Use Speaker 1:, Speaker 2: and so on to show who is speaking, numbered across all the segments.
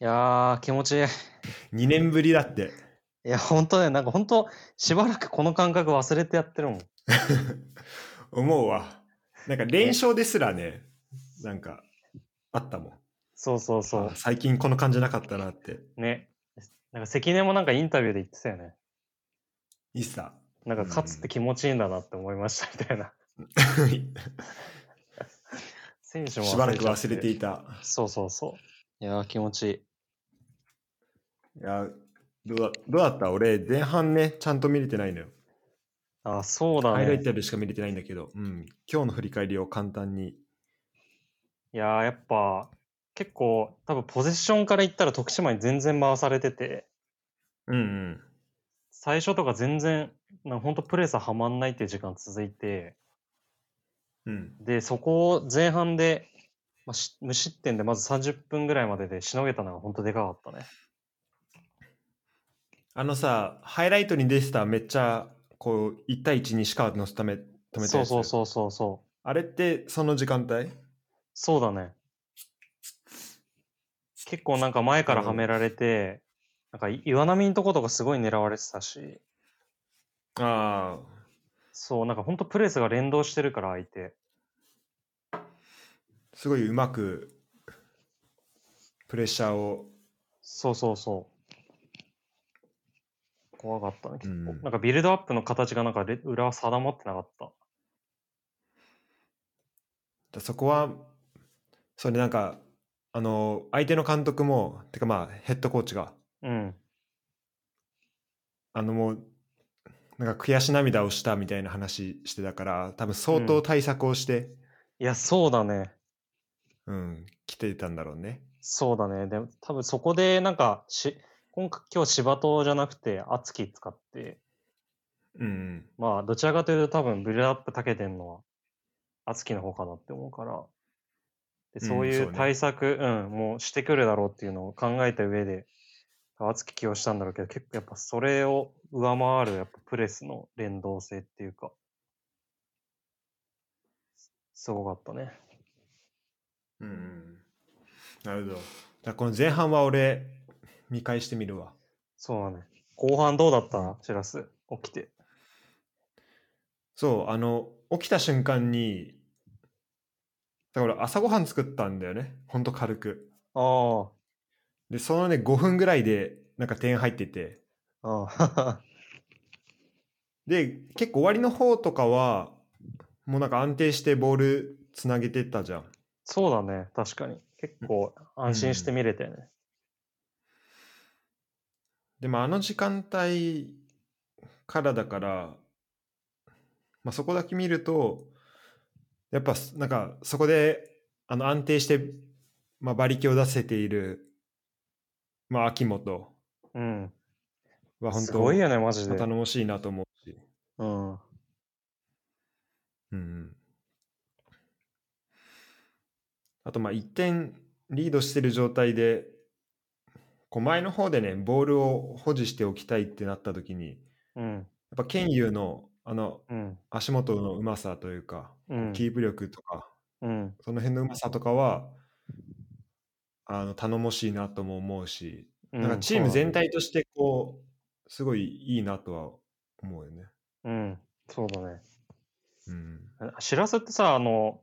Speaker 1: いやー、気持ちいい。
Speaker 2: 2年ぶりだって。
Speaker 1: いや、本当ね、なんか本当、しばらくこの感覚忘れてやってるもん。
Speaker 2: 思うわ。なんか連勝ですらね、なんかあったもん。
Speaker 1: そうそうそ
Speaker 2: あ最近この感じなかったなって。
Speaker 1: う。ね。なんか関根もなんかインタビューで言ってたよね。
Speaker 2: いいっす な
Speaker 1: なんか勝つって気持ちいいんだなって思いましたみたいな。選手も
Speaker 2: しばらく
Speaker 1: ちゃって
Speaker 2: 忘れていた。
Speaker 1: そうそうそう。いやー、気持ちいい。
Speaker 2: いや、どうだどうだった俺、前半ね、ちゃんと見れてないのよ。
Speaker 1: あー、そうだ
Speaker 2: ハイライ
Speaker 1: ね。
Speaker 2: トでしか見れてないんだけど、うん、今日の振り返りを簡単に。
Speaker 1: いやー、やっぱ、結構、多分ポゼッションから言ったら徳島に全然回されてて、
Speaker 2: うんうん。
Speaker 1: 最初とか全然、なんか本当プレスはまんないっていう時間続いて、
Speaker 2: うん、
Speaker 1: で、そこを前半で、まあ、し無失点でまず30分ぐらいまででしのげたのが本当でかかったね。
Speaker 2: あのさ、ハイライトに出てためっちゃ、こう、1対1にカーのため、止めた
Speaker 1: そうそう
Speaker 2: う。
Speaker 1: そうそうそう。
Speaker 2: あれって、その時間帯
Speaker 1: そうだね。結構なんか前からはめられて、なんかい岩波のとことかすごい狙われてたし、
Speaker 2: ああ、
Speaker 1: そう、なんか本当プレスが連動してるから相手。
Speaker 2: すごいうまく、プレッシャーを。
Speaker 1: そうそうそう。怖かったね、
Speaker 2: う
Speaker 1: 結構。
Speaker 2: ん
Speaker 1: なんかビルドアップの形がなんかレ裏は定まってなかった。
Speaker 2: だそこはそれなんかあの相手の監督もてかまあヘッドコーチが
Speaker 1: うん。
Speaker 2: あのもうなんか悔し涙をしたみたいな話してたから多分相
Speaker 1: う
Speaker 2: 当
Speaker 1: ん
Speaker 2: 対策をして、
Speaker 1: いや、そうだね。
Speaker 2: うん来てたんだろうね
Speaker 1: そうだね。でも多分そこでなんかし、今回今日柴戸じゃなくて敦貴使って、
Speaker 2: うん
Speaker 1: まあどちらかというと多分ブルーアップたけてんのは敦貴の方かなって思うから、で
Speaker 2: うん
Speaker 1: そうい
Speaker 2: そう
Speaker 1: う
Speaker 2: ね
Speaker 1: 対策、うんもうしてくるだろうっていうのを考えた上で、敦貴起用したんだろうけど、結構やっぱそれを上回るやっぱプレスの連動性っていうか、すごかったね。
Speaker 2: うんうんなるほどだからこの前半は俺見返してみるわ
Speaker 1: そうだね。後半どうだったシラス、起きて。
Speaker 2: そうあの起きた瞬間にだから俺朝ごはん作ったんだよねほんと軽く
Speaker 1: ああ。
Speaker 2: でそのね5分ぐらいでなんか点入ってて
Speaker 1: あ あ
Speaker 2: で結構終わりの方とかはもうなんか安定してボールつなげてったじゃん
Speaker 1: そうだね、確かに。結構安心して見れたよね。
Speaker 2: でもあの時間帯からだから、まあ、そこだけ見るとやっぱすなんかそこであの安定して、まあ、馬力を出せている、まあ、秋元
Speaker 1: うん。
Speaker 2: は本
Speaker 1: すごい
Speaker 2: 当
Speaker 1: よね、マジで。
Speaker 2: 頼もしいなと思うし、
Speaker 1: うん。
Speaker 2: うんうん、あとまあ1点リードしてる状態でこう前の方でねボールを保持しておきたいってなった時にやっ
Speaker 1: うん。
Speaker 2: ぱケンユーのあの
Speaker 1: うん。
Speaker 2: 足元のうまさというか
Speaker 1: うん。
Speaker 2: キープ力とか
Speaker 1: うん。
Speaker 2: その辺のうまさとかはあの頼もしいなとも思うしなんかチーム全体としてこうすごいいいなとは思うよね。
Speaker 1: うん。そうだね。
Speaker 2: うん、
Speaker 1: しらすってさ、あの、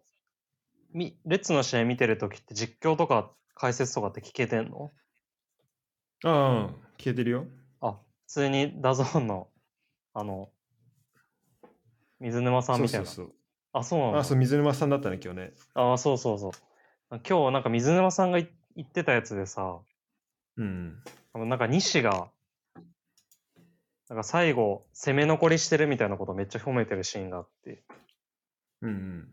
Speaker 1: みレッツの試合見てるときって実況とか解説とかって聞けてんの
Speaker 2: ああうん消えてるよ。
Speaker 1: あ、普通にダゾーンの、あの、水沼さんみたいな。
Speaker 2: そうそうそう
Speaker 1: あ、そうなんだ。
Speaker 2: あ、そう、水沼さんだったね、今日ね。
Speaker 1: ああ、そうそうそう。今日なんか水沼さんがい言ってたやつでさ、
Speaker 2: うん。
Speaker 1: あのなんか西が、なんか最後、攻め残りしてるみたいなことをめっちゃ褒めてるシーンがあって、
Speaker 2: うんうん。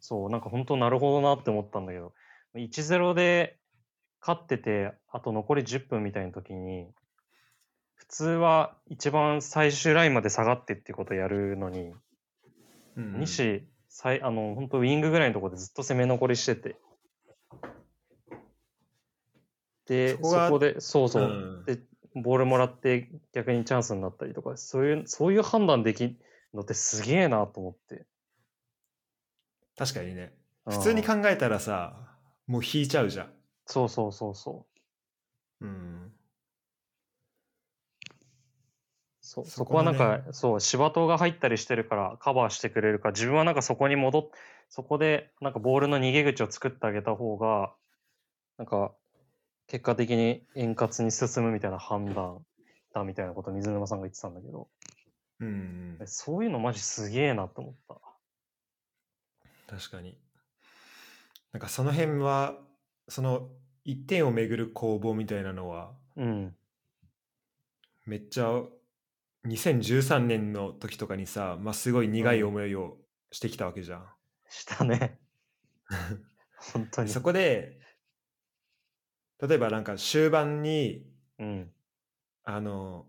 Speaker 1: そう、なんか本当なるほどなって思ったんだけど、1-0で勝ってて、あと残り10分みたいな時に、普通は一番最終ラインまで下がってっていうことをやるのに、
Speaker 2: うんうん、
Speaker 1: 西、最あの本当ウィングぐらいのところでずっと攻め残りしてて。で、
Speaker 2: そ
Speaker 1: そ
Speaker 2: こ
Speaker 1: こ
Speaker 2: が
Speaker 1: で、そうそう、
Speaker 2: うん
Speaker 1: ボールもらって逆にチャンスになったりとか、そういう、そういう判断できるのってすげえなと思って。
Speaker 2: 確かにね。
Speaker 1: うん
Speaker 2: 普通に考えたらさ、もう引いちゃうじゃん。
Speaker 1: そうそうそうそ
Speaker 2: うん。
Speaker 1: そ
Speaker 2: そ
Speaker 1: そ
Speaker 2: こ
Speaker 1: こは
Speaker 2: の
Speaker 1: なん
Speaker 2: ね
Speaker 1: か、そう、芝生が入ったりしてるからカバーしてくれるか、自分はなんかそこに戻っ、そこでなんかボールの逃げ口を作ってあげた方が、なんか、結果的に円滑に進むみたいな判断だみたいなことを水沼さんが言ってたんだけど、
Speaker 2: うん
Speaker 1: え。そういうのマジすげえなと思った。
Speaker 2: 確かに。なんかその辺は、その一点をめぐる攻防みたいなのは、
Speaker 1: うん。
Speaker 2: めっちゃ2013年の時とかにさ、まあ、すごい苦い思いをしてきたわけじゃん。
Speaker 1: したね。 本当
Speaker 2: で
Speaker 1: に
Speaker 2: そ。こで、例えばなんか終盤に、
Speaker 1: うん。
Speaker 2: あの、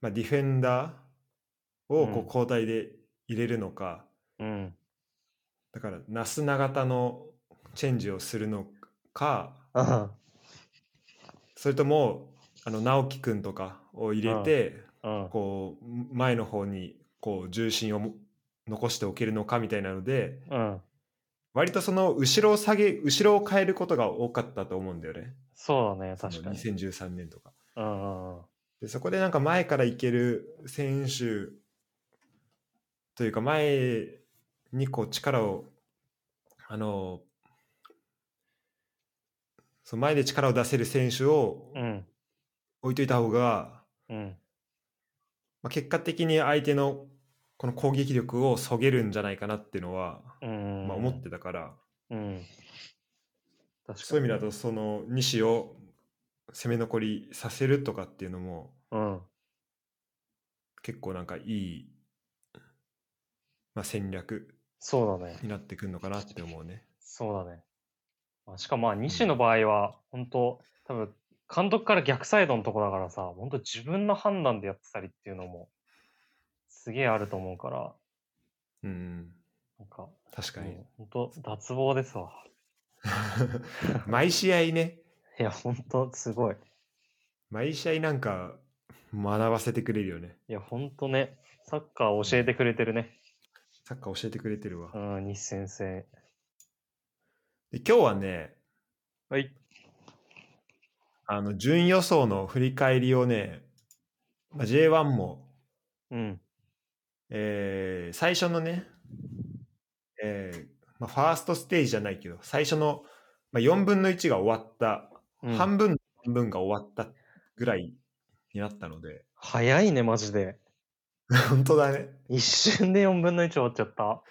Speaker 2: まあ、ディフェンダー
Speaker 1: う
Speaker 2: をこ
Speaker 1: ん
Speaker 2: う交代で入れるのか、
Speaker 1: うん。
Speaker 2: だから、なすながたのチェンジをするのか、
Speaker 1: うん。
Speaker 2: それとも、あの、直樹くんとかを入れて、
Speaker 1: うん。
Speaker 2: こう、前の方に、こう、重心をも残しておけるのかみたいなので、
Speaker 1: うん。
Speaker 2: 割とその、後ろを下げ、後ろを変えることが多かったと思うんだよね。
Speaker 1: そうだね、
Speaker 2: その
Speaker 1: 確かに。
Speaker 2: 2013年とか。
Speaker 1: うんうんうん。
Speaker 2: で、そこでなんか前から行ける選手というか、前にこう、力を、あの、そう前で力を出せる選手を
Speaker 1: うん。
Speaker 2: 置いといた方が、
Speaker 1: うん。
Speaker 2: まあ、結果的に相手のこの攻撃力をそげるんじゃないかなっていうのは、
Speaker 1: うん。
Speaker 2: まあ、思ってたから、
Speaker 1: うん。確かに。
Speaker 2: そういう意味だとその西を攻め残りさせるとかっていうのも
Speaker 1: うん。
Speaker 2: 結構なんかいい、まあ、戦略
Speaker 1: そうだね。
Speaker 2: になってくるのかなって思うね。
Speaker 1: そうだね。まあしかもまあ、西の場合は、本当多分、監督から逆サイドのとこだからさ、本当自分の判断でやってたりっていうのも、すげえあると思うから、
Speaker 2: うん
Speaker 1: なんか、
Speaker 2: 確かに。
Speaker 1: 本当脱帽ですわ。
Speaker 2: 毎試合ね
Speaker 1: いや、本当すごい。
Speaker 2: 毎試合なんか学ばせてくれるよね。
Speaker 1: いや、本当ね、サッカー教えてくれてるね。
Speaker 2: サッカー教えてくれてるわ。
Speaker 1: うん、西先生。
Speaker 2: で今日はね
Speaker 1: はい。
Speaker 2: あの順位予想の振り返りをね、まあ、J1 も、
Speaker 1: うん。
Speaker 2: えー最初のね、えーまあ、ファーストステージじゃないけど最初の、まあ、4分の1が終わった、
Speaker 1: うん
Speaker 2: 半分の半分が終わったぐらいになったので
Speaker 1: 早いね、マジで。
Speaker 2: 本当だね
Speaker 1: 一瞬で4分の1終わっちゃった。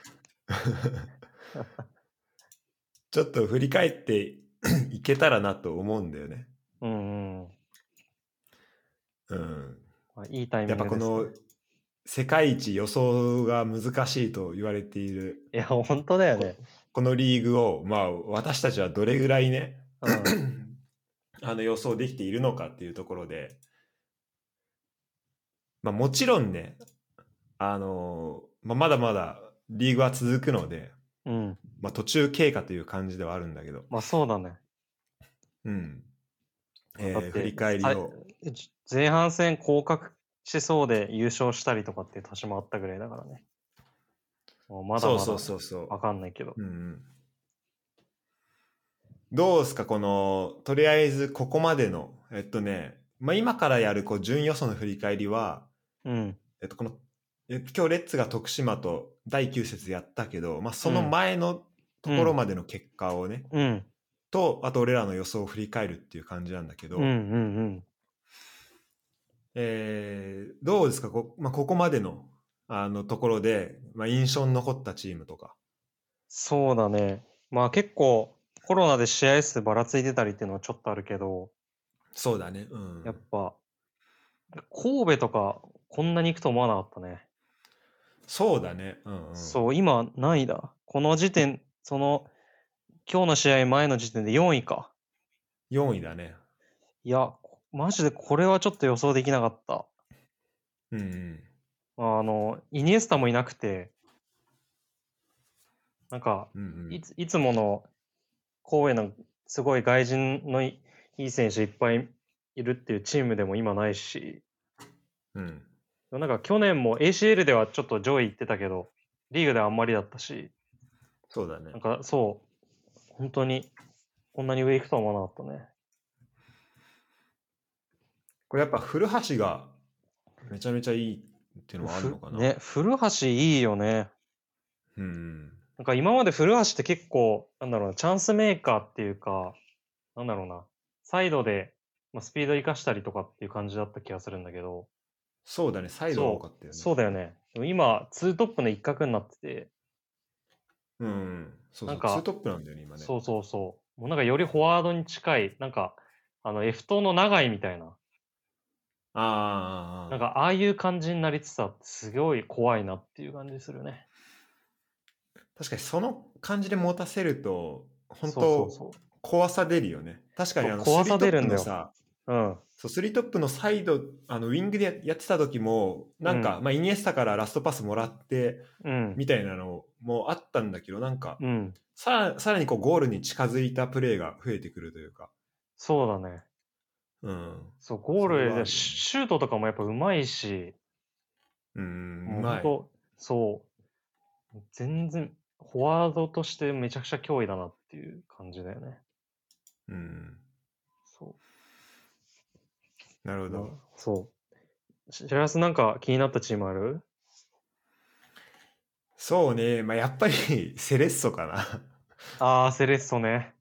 Speaker 2: ちょっと振り返って いけたらなと思うんだよね。
Speaker 1: うんうん。
Speaker 2: うん、
Speaker 1: まあいいタイミ
Speaker 2: や
Speaker 1: ン
Speaker 2: っ
Speaker 1: グ
Speaker 2: ぱ
Speaker 1: です、
Speaker 2: この世界一予想が難しいと言われている
Speaker 1: いや、本当だよね。
Speaker 2: このリーグを、まあ、私たちはどれぐらいね、
Speaker 1: うん、
Speaker 2: あの予想できているのかっていうところで、まあ、もちろんね、あのまあ、まだまだリーグは続くので、
Speaker 1: うん。
Speaker 2: まあ、途中経過という感じではあるんだけど、
Speaker 1: まあそうだね。
Speaker 2: うんえ
Speaker 1: だって
Speaker 2: ー、振り返りを、
Speaker 1: じ前半戦降格しそうで優勝したりとかっていう年もあったぐらいだからね。もうまだ
Speaker 2: そ
Speaker 1: ま
Speaker 2: う
Speaker 1: だ
Speaker 2: そうそうそう
Speaker 1: わかんないけど。
Speaker 2: うんうんどうですかこのとりあえずここまでのえっとね、まあ、今からやるこう順予想の振り返りは、
Speaker 1: うん。
Speaker 2: えっと、このえっと今日レッツが徳島と第9節やったけど、まあ、その前のところまでの結果をね、
Speaker 1: うん。
Speaker 2: とあと俺らの予想を振り返るっていう感じなんだけど、
Speaker 1: うんうんうん。
Speaker 2: えーどうですかこ,、まあ、ここまでのあのところで、まあ、印象に残ったチームとか。
Speaker 1: そうだね。まあ結構コロナで試合数ばらついてたりっていうのはちょっとあるけど、
Speaker 2: そうだね、うん
Speaker 1: やっぱ神戸とかこんなに行くと思わなかったね。
Speaker 2: そうだね、うんうん、
Speaker 1: そう、今何位だこの時点、その今日の試合前の時点で4位か。
Speaker 2: 4位だね。
Speaker 1: いや、こマジでこれはちょっと予想できなかった。
Speaker 2: うんうん、
Speaker 1: あの、イニエスタもいなくて、なんか、
Speaker 2: うんう
Speaker 1: い
Speaker 2: ん、
Speaker 1: ついつもの神戸のすごい外人のいいい選手いっぱいいるっていうチームでも今ないし、
Speaker 2: うん、
Speaker 1: なんか去年も ACL ではちょっと上位行ってたけど、リーグではあんまりだったし、
Speaker 2: そうだね
Speaker 1: なん。かそう、本当にこんなに上行くとは思わなかったね。
Speaker 2: これやっぱ古橋がめちゃめちゃいいっていうのはあるのかな。
Speaker 1: ね、古橋いいよね。
Speaker 2: うん。
Speaker 1: なんか今まで古橋って結構、なんだろうな、チャンスメーカーっていうか、なんだろうな、サイドで、まあ、スピード生かしたりとかっていう感じだった気がするんだけど、
Speaker 2: そうだね、サイドが多かったよね。
Speaker 1: そうだよね。でも今、ツートップの一角になってて、
Speaker 2: うん。そうそう
Speaker 1: なんか
Speaker 2: ツートップなんだよね、今ね。
Speaker 1: そうそうそう。もうなんかよりフォワードに近い、なんか、あの、F 党の長いみたいな、
Speaker 2: ああ。
Speaker 1: なんかああいう感じになりつつあって、すごい怖いなっていう感じするね。
Speaker 2: 確かにその感じで持たせると、本
Speaker 1: そう
Speaker 2: 当
Speaker 1: そう
Speaker 2: 怖さ出るよね。確かにあの、
Speaker 1: そう怖さ
Speaker 2: スリート
Speaker 1: 出
Speaker 2: ッ
Speaker 1: る
Speaker 2: プ
Speaker 1: んだ
Speaker 2: の
Speaker 1: よ
Speaker 2: さ、
Speaker 1: そう。うん。
Speaker 2: そう、スリートップのサイド、あの、ウィングでややってた時も、なんか、
Speaker 1: う
Speaker 2: まあ、イニエスタからラストパスもらって、
Speaker 1: うん。
Speaker 2: みたいなのもあったんだけど、なんか、
Speaker 1: うん。
Speaker 2: さらさらにこう、ゴールに近づいたプレーが増えてくるというか、
Speaker 1: そうだね。
Speaker 2: うん。
Speaker 1: そう、ゴー
Speaker 2: それはある
Speaker 1: ル
Speaker 2: よね
Speaker 1: でシシュートとかもやっぱうまいし、
Speaker 2: うん、
Speaker 1: も
Speaker 2: う
Speaker 1: う
Speaker 2: ま
Speaker 1: 本
Speaker 2: い。
Speaker 1: 当そう。全然、フォワードとしてめちゃくちゃ脅威だなっていう感じだよね。
Speaker 2: うん。
Speaker 1: そ
Speaker 2: なるほ
Speaker 1: う。
Speaker 2: ど。
Speaker 1: そう。し白安なんか気になったチームある
Speaker 2: そうね、まあ、やっぱり、 セレッソか
Speaker 1: ああ、セレッソね。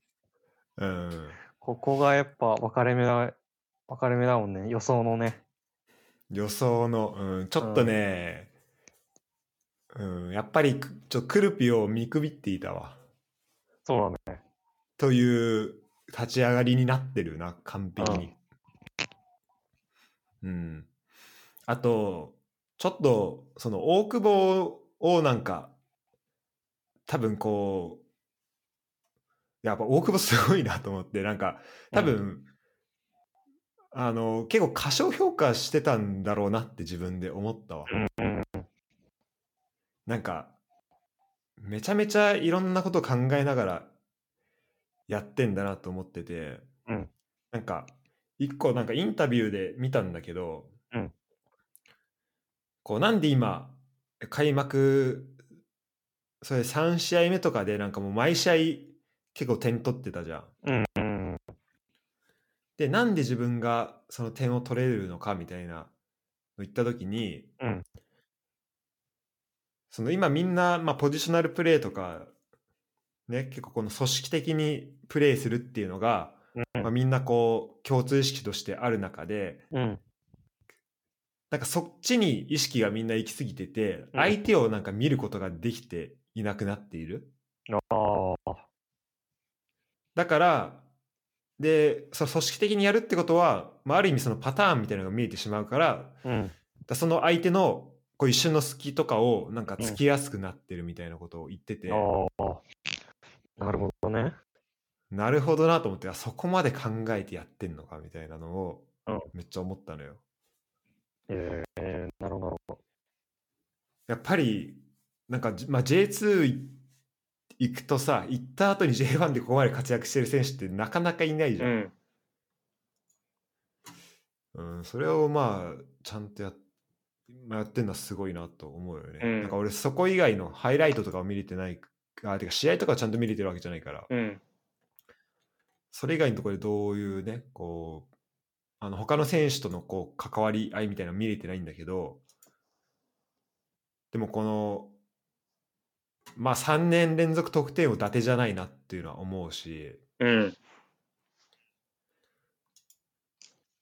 Speaker 2: な。うん。
Speaker 1: ここがやっぱ分かれ目だ、分かれ目だもんね。予想のね。
Speaker 2: 予想の、うん、ちょっとね、うん、やっぱりく、ちょ、クルピを見くびっていたわ。
Speaker 1: そうだね。
Speaker 2: という立ち上がりになってるな、完璧に。うん。あと、ちょっと、その、大久保をなんか、多分こう、やっぱ大久保すごいなと思って、なんか、多分、
Speaker 1: うん
Speaker 2: あの、結構過小評価してたんだろうなって自分で思ったわ。
Speaker 1: うん
Speaker 2: なんか、めちゃめちゃいろんなこと考えながらやってんだなと思ってて、
Speaker 1: うん
Speaker 2: なんか、一個なんかインタビューで見たんだけど、
Speaker 1: うん
Speaker 2: こう、なんで今、開幕、それ3試合目とかでなんかもう毎試合結構点取ってたじゃん。
Speaker 1: うんうん
Speaker 2: で、なんで自分がその点を取れるのかみたいなの言ったときに、
Speaker 1: うん
Speaker 2: その今みんな、まあ、ポジショナルプレーとか、ね、結構この組織的にプレーするっていうのが、
Speaker 1: うん
Speaker 2: まあ、みんなこう共通意識としてある中で、
Speaker 1: うん
Speaker 2: なんかそっちに意識がみんな行き過ぎてて、
Speaker 1: うん
Speaker 2: 相手をなんか見ることができていなくなっている。
Speaker 1: ああ
Speaker 2: だから、で、その組織的にやるってことは、まあ、ある意味そのパターンみたいなのが見えてしまうから、
Speaker 1: うん
Speaker 2: だその相手のこう一瞬の隙とかをなんかつきやすくなってるみたいなことを言ってて、
Speaker 1: ああなるほどね
Speaker 2: なるほどなと思ってあそこまで考えてやってんのかみたいなのを
Speaker 1: うん
Speaker 2: めっちゃ思ったのよ。
Speaker 1: ええなるほど
Speaker 2: やっぱりなんか、じまあ、J2 い行くとさ行った後に J1 でここまで活躍してる選手ってなかなかいないじゃん。
Speaker 1: ん
Speaker 2: うんそれをまあちゃんとやっまあやってんのはすごいなと思うよね。
Speaker 1: うん
Speaker 2: なんか俺そこ以外のハイライトとかを見れてないあてか試合とかはちゃんと見れてるわけじゃないから、
Speaker 1: うん
Speaker 2: それ以外のところでどういうね、こう、あの他の選手とのこう関わり合いみたいなの見れてないんだけど、でもこの、まあ3年連続得点を伊達じゃないなっていうのは思うし、
Speaker 1: うん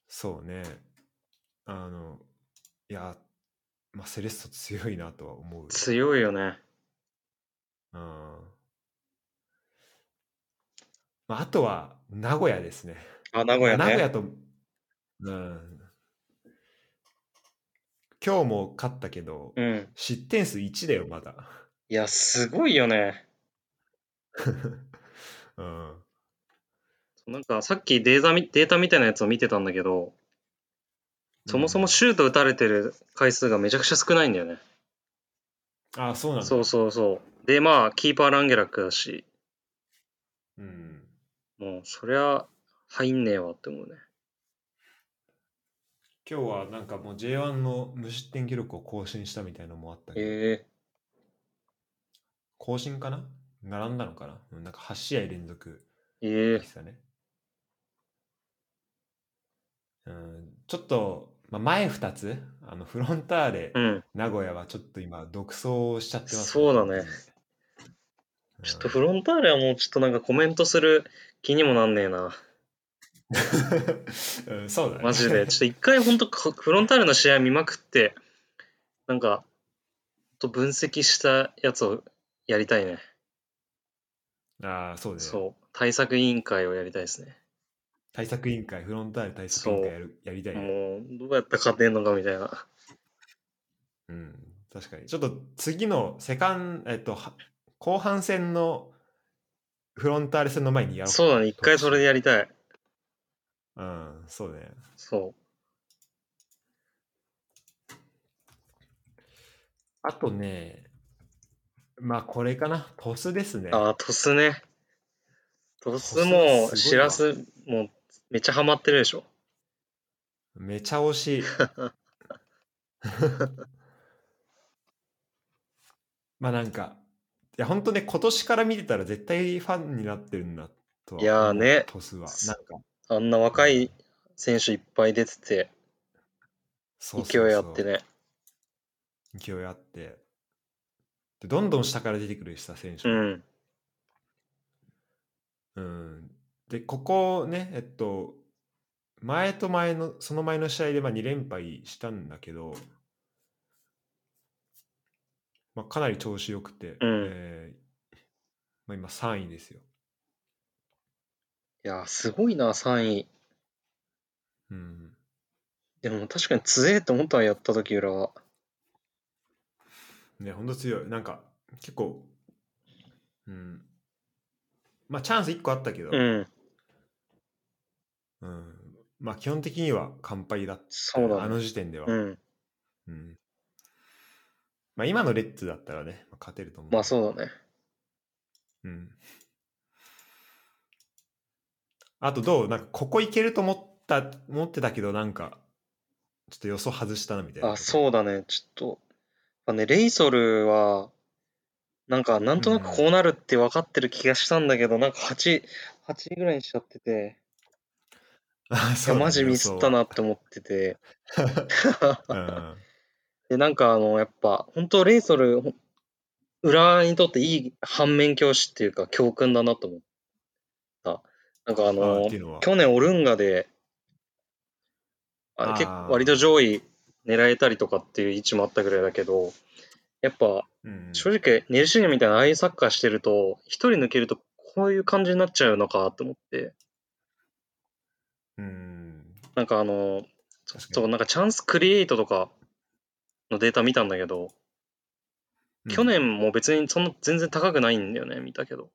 Speaker 2: そうね、あの、いや、まあセレッソ強いなとは思う。
Speaker 1: 強いよね
Speaker 2: うん。まああとは名古屋ですね。
Speaker 1: あ名古
Speaker 2: 名古屋と、うん、今日も勝ったけど、
Speaker 1: うん
Speaker 2: 失点数1だよ、まだ。
Speaker 1: いやすごいよね
Speaker 2: うん、
Speaker 1: なんかさっきデータみデータみたいなやつを見てたんだけどそもそもシュート打たれてる回数がめちゃくちゃ少ないんだよね、
Speaker 2: うん、あ、そうなんだ。
Speaker 1: そうそうそうでまあキーパーランゲラックだし
Speaker 2: うん。
Speaker 1: もうそりゃ入んねえわって思うね
Speaker 2: 今日はなんかもう J1 の無失点記録を更新したみたいなのもあったけど、
Speaker 1: え
Speaker 2: 更新かな並んだのかなうんなんか8試合連続
Speaker 1: ええ
Speaker 2: でしたね。うん、ちょっと、まあ、前2つ、あのフロンターレ、
Speaker 1: うん。
Speaker 2: 名古屋はちょっと今、独走しちゃってます、
Speaker 1: そうだね。ちょっとフロンターレはもうちょっとなんかコメントする気にもなんねえな。
Speaker 2: うんうんそうだね。
Speaker 1: マジで。ちょっと一回本当フロンターレの試合見まくって、なんか、と分析したやつをやりたいね。
Speaker 2: ああ、そうだね。
Speaker 1: そう。対策委員会をやりたいですね。
Speaker 2: 対策委員会、フロンターレ対策委員会やるやりたいね。
Speaker 1: もう、どうやったら勝てんのかみたいな。
Speaker 2: うん、確かに。ちょっと次のセカン、えっと、は後半戦のフロンターレ戦の前にやろう
Speaker 1: そうだね。一回それでやりたい。
Speaker 2: うん、そうね。
Speaker 1: そ
Speaker 2: あとね、まあこれかな、トスですね
Speaker 1: う。。ああ、トスね。トス
Speaker 2: トスすごい
Speaker 1: も
Speaker 2: わ、
Speaker 1: しらすもめっちゃハマってるでしょ。
Speaker 2: めちゃ惜しい。 まあなんか、いや本当ね、今年から見てたら絶対ファンになってるんだとは思う。
Speaker 1: いやーね
Speaker 2: トスは。なんか、
Speaker 1: あんな若い選手いっぱい出てて、
Speaker 2: そうそう
Speaker 1: 勢
Speaker 2: そう
Speaker 1: いあってね。
Speaker 2: 勢いあってでどんどん下から出てくるしさ選手
Speaker 1: う
Speaker 2: も、
Speaker 1: ん。
Speaker 2: うんでここねえっと前と前のその前の試合でまあ2連敗したんだけど、まあ、かなり調子よくて、えーまあ、今3位ですよ、
Speaker 1: いやー、すごいな、3位。
Speaker 2: うん、
Speaker 1: でも確かに強えって思ったわ、やった時裏は。
Speaker 2: ね、ほんと強い。なんか、結構、うん。まあ、チャンス1個あったけど、
Speaker 1: うん。
Speaker 2: うんまあ、基本的には完敗だった。
Speaker 1: そうだね
Speaker 2: あの時点では。
Speaker 1: うん。
Speaker 2: うんまあ、今のレッツだったらね、まあ勝てると思う。
Speaker 1: まあそうだね。
Speaker 2: うん。あとどうなんか、ここいけると思った、思ってたけど、なんか、ちょっと予想外したなみたいな。
Speaker 1: あ、そうだね。ちょっと。あね、レイソルは、なんか、なんとなくこうなるって分かってる気がしたんだけど、なんか8、8ぐらいにしちゃってて、
Speaker 2: あ。
Speaker 1: い
Speaker 2: そ
Speaker 1: や、
Speaker 2: うだね
Speaker 1: マジミスった。なって思ってて。
Speaker 2: 予想は
Speaker 1: で、なんか、あの、やっぱ、本当レイソル、ほん裏にとっていい反面教師っていうか、教訓だなと思った。なんか、あ
Speaker 2: うん。あ
Speaker 1: の
Speaker 2: ってい、うのは。
Speaker 1: 去年オルンガで、あ
Speaker 2: あー
Speaker 1: 結構割と上位狙えたりとかっていう位置もあったぐらいだけど、やっぱ
Speaker 2: うん
Speaker 1: 正直、ネルシーニャみたいなああいうサッカーしてると、一人抜けるとこういう感じになっちゃうのかと思って、
Speaker 2: うん。
Speaker 1: なんかあの、ちょっ
Speaker 2: 確か
Speaker 1: と
Speaker 2: に
Speaker 1: なんかチャンスクリエイトとかのデータ見たんだけど、去年も別にそんな全然高くないんだよね、見たけど。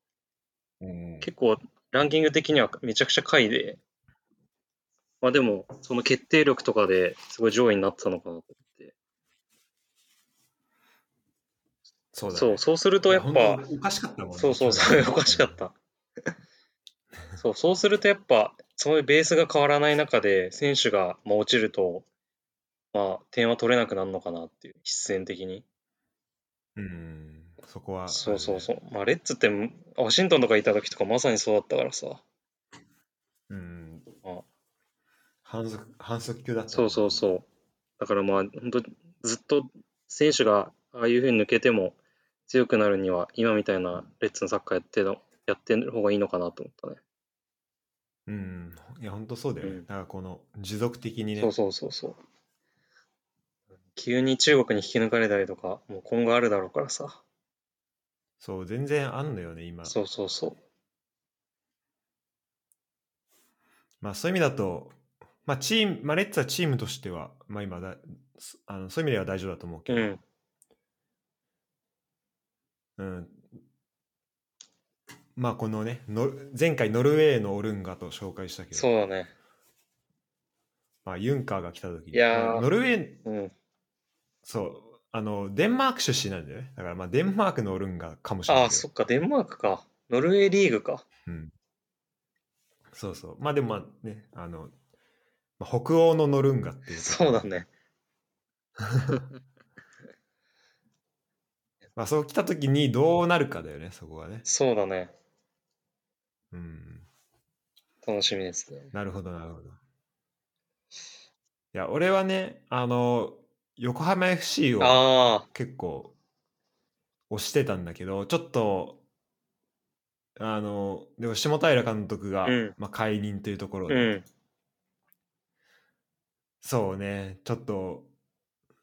Speaker 2: うん、
Speaker 1: 結構ランキング的にはめちゃくちゃ下位で、まあでも、その決定力とかですごい上位になってたのかなと思って。
Speaker 2: そうだ、ね、
Speaker 1: そう、そうするとやっ
Speaker 2: い
Speaker 1: ぱ
Speaker 2: 本、当おかしかったもんね
Speaker 1: そうそう、それおかしかっ。 た。そう、そうするとやっぱ、そういうベースが変わらない中で、選手がまあ落ちると、まあ、点は取れなくなるのかなっていう、必然的に。
Speaker 2: うん、そこは。
Speaker 1: そうそう
Speaker 2: う。
Speaker 1: そう。まあ、レッツって、ワシントンとかいた時とかまさにそうだったからさ。
Speaker 2: うん
Speaker 1: あ。
Speaker 2: 反則、反則級だった。
Speaker 1: そうそうそう。だからまあ、本当ずっと選手がああいうふうに抜けても強くなるには、今みたいなレッツのサッカーやってのやってる方がいいのかなと思ったね。
Speaker 2: う。うん。いや、本当そうだよね。
Speaker 1: うん
Speaker 2: だからこの、持続的にね。
Speaker 1: そうそうそうそう。急に中国に引き抜かれたりとか、もう今後あるだろうからさ。
Speaker 2: そう全然あんのよね、今。
Speaker 1: そうそうそう。
Speaker 2: まあ、そういう意味だと、まあ、チーム、まあ、レッツはチームとしては、まあ、今だ、そあのそういう意味では大丈夫だと思うけ
Speaker 1: う
Speaker 2: ど、
Speaker 1: ん。
Speaker 2: うんまあ、このね、の前回ノルウェーのオルンガと紹介したけど、
Speaker 1: そうだね。
Speaker 2: まあ、ユンカーが来た時に、
Speaker 1: いやー
Speaker 2: まあノルウェー、
Speaker 1: うん。
Speaker 2: そう、あの、デンマーク出身なんだよね。だから、まあ、デンマークのオルンガかもしれない
Speaker 1: あ
Speaker 2: け
Speaker 1: あ、
Speaker 2: ど。
Speaker 1: そっか、デンマークか。ノルウェーリーグか。
Speaker 2: うん。そうそう。まあ、でも、まあね、あの、まあ、北欧のノルンガっていう。
Speaker 1: そうだ。ね。
Speaker 2: まあ、そう来た時にどうなるかだよね、そこはね。
Speaker 1: そうだね。
Speaker 2: うん。
Speaker 1: 楽しみですね。
Speaker 2: なるほど、なるほど。いや、俺はね、あの、横浜 FC を
Speaker 1: ああ、
Speaker 2: 結構押してたんだけど、ちょっと、あの、でも下平監督が、
Speaker 1: うん
Speaker 2: まあ、解任というところ
Speaker 1: う
Speaker 2: で、
Speaker 1: ん。
Speaker 2: そうね、ちょっと、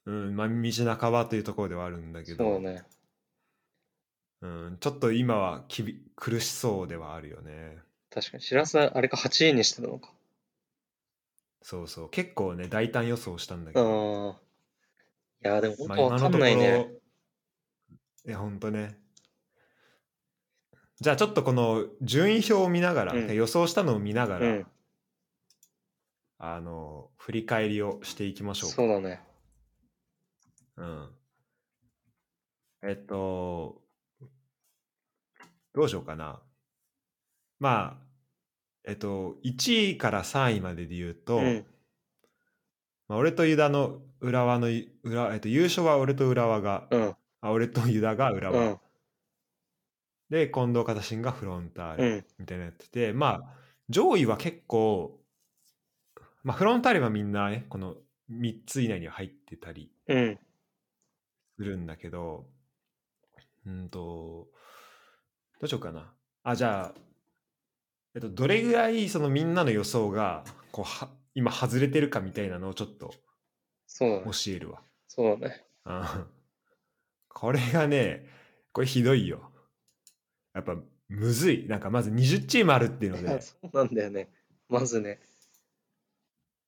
Speaker 2: うん、まあ、道半ばというところではあるんだけ
Speaker 1: そう
Speaker 2: ど、
Speaker 1: ね。
Speaker 2: うん、ちょっと今はきび苦しそうではあるよね。
Speaker 1: 確かに、しらす、あれか8位にしてたのか。
Speaker 2: そうそう、結構ね、大胆予想したんだけ
Speaker 1: あ
Speaker 2: ど、
Speaker 1: あ。いや、でも本
Speaker 2: まあ
Speaker 1: 当わかんないね。
Speaker 2: いや、ほんとね。じゃあちょっとこの順位表を見ながら、
Speaker 1: うん
Speaker 2: 予想したのを見なが
Speaker 1: う
Speaker 2: ら、
Speaker 1: ん、
Speaker 2: あの、振り返りをしていきましょうか
Speaker 1: そうだね。
Speaker 2: うん。えっと、どうしようかな。まあ、えっと、1位から3位までで言うと、
Speaker 1: うん。
Speaker 2: まあ、俺とユダの浦和のい、浦えっと、優勝は俺と浦和が、
Speaker 1: うん。
Speaker 2: あ俺とユダが浦
Speaker 1: う
Speaker 2: 和、
Speaker 1: ん。
Speaker 2: で、近藤片新がフロンター
Speaker 1: う
Speaker 2: レ
Speaker 1: ん。
Speaker 2: みたいなやってて、まあ、上位は結構、まあ、フロンターレはみんな、ね、この3つ以内には入ってたり
Speaker 1: うん。
Speaker 2: するんだけど、うんと、どうしようかな。あ、じゃあ、えっと、どれぐらいそのみんなの予想が、こう、は今外れてるかみたいなのをちょっと
Speaker 1: そうだ
Speaker 2: 教
Speaker 1: ね。
Speaker 2: えるわ。
Speaker 1: そうだね。
Speaker 2: うんこれがね、これひどいよ。やっぱ、むずい。なんかまず20チームあるっていうの
Speaker 1: いや
Speaker 2: で、
Speaker 1: そうなんだよね。まずね。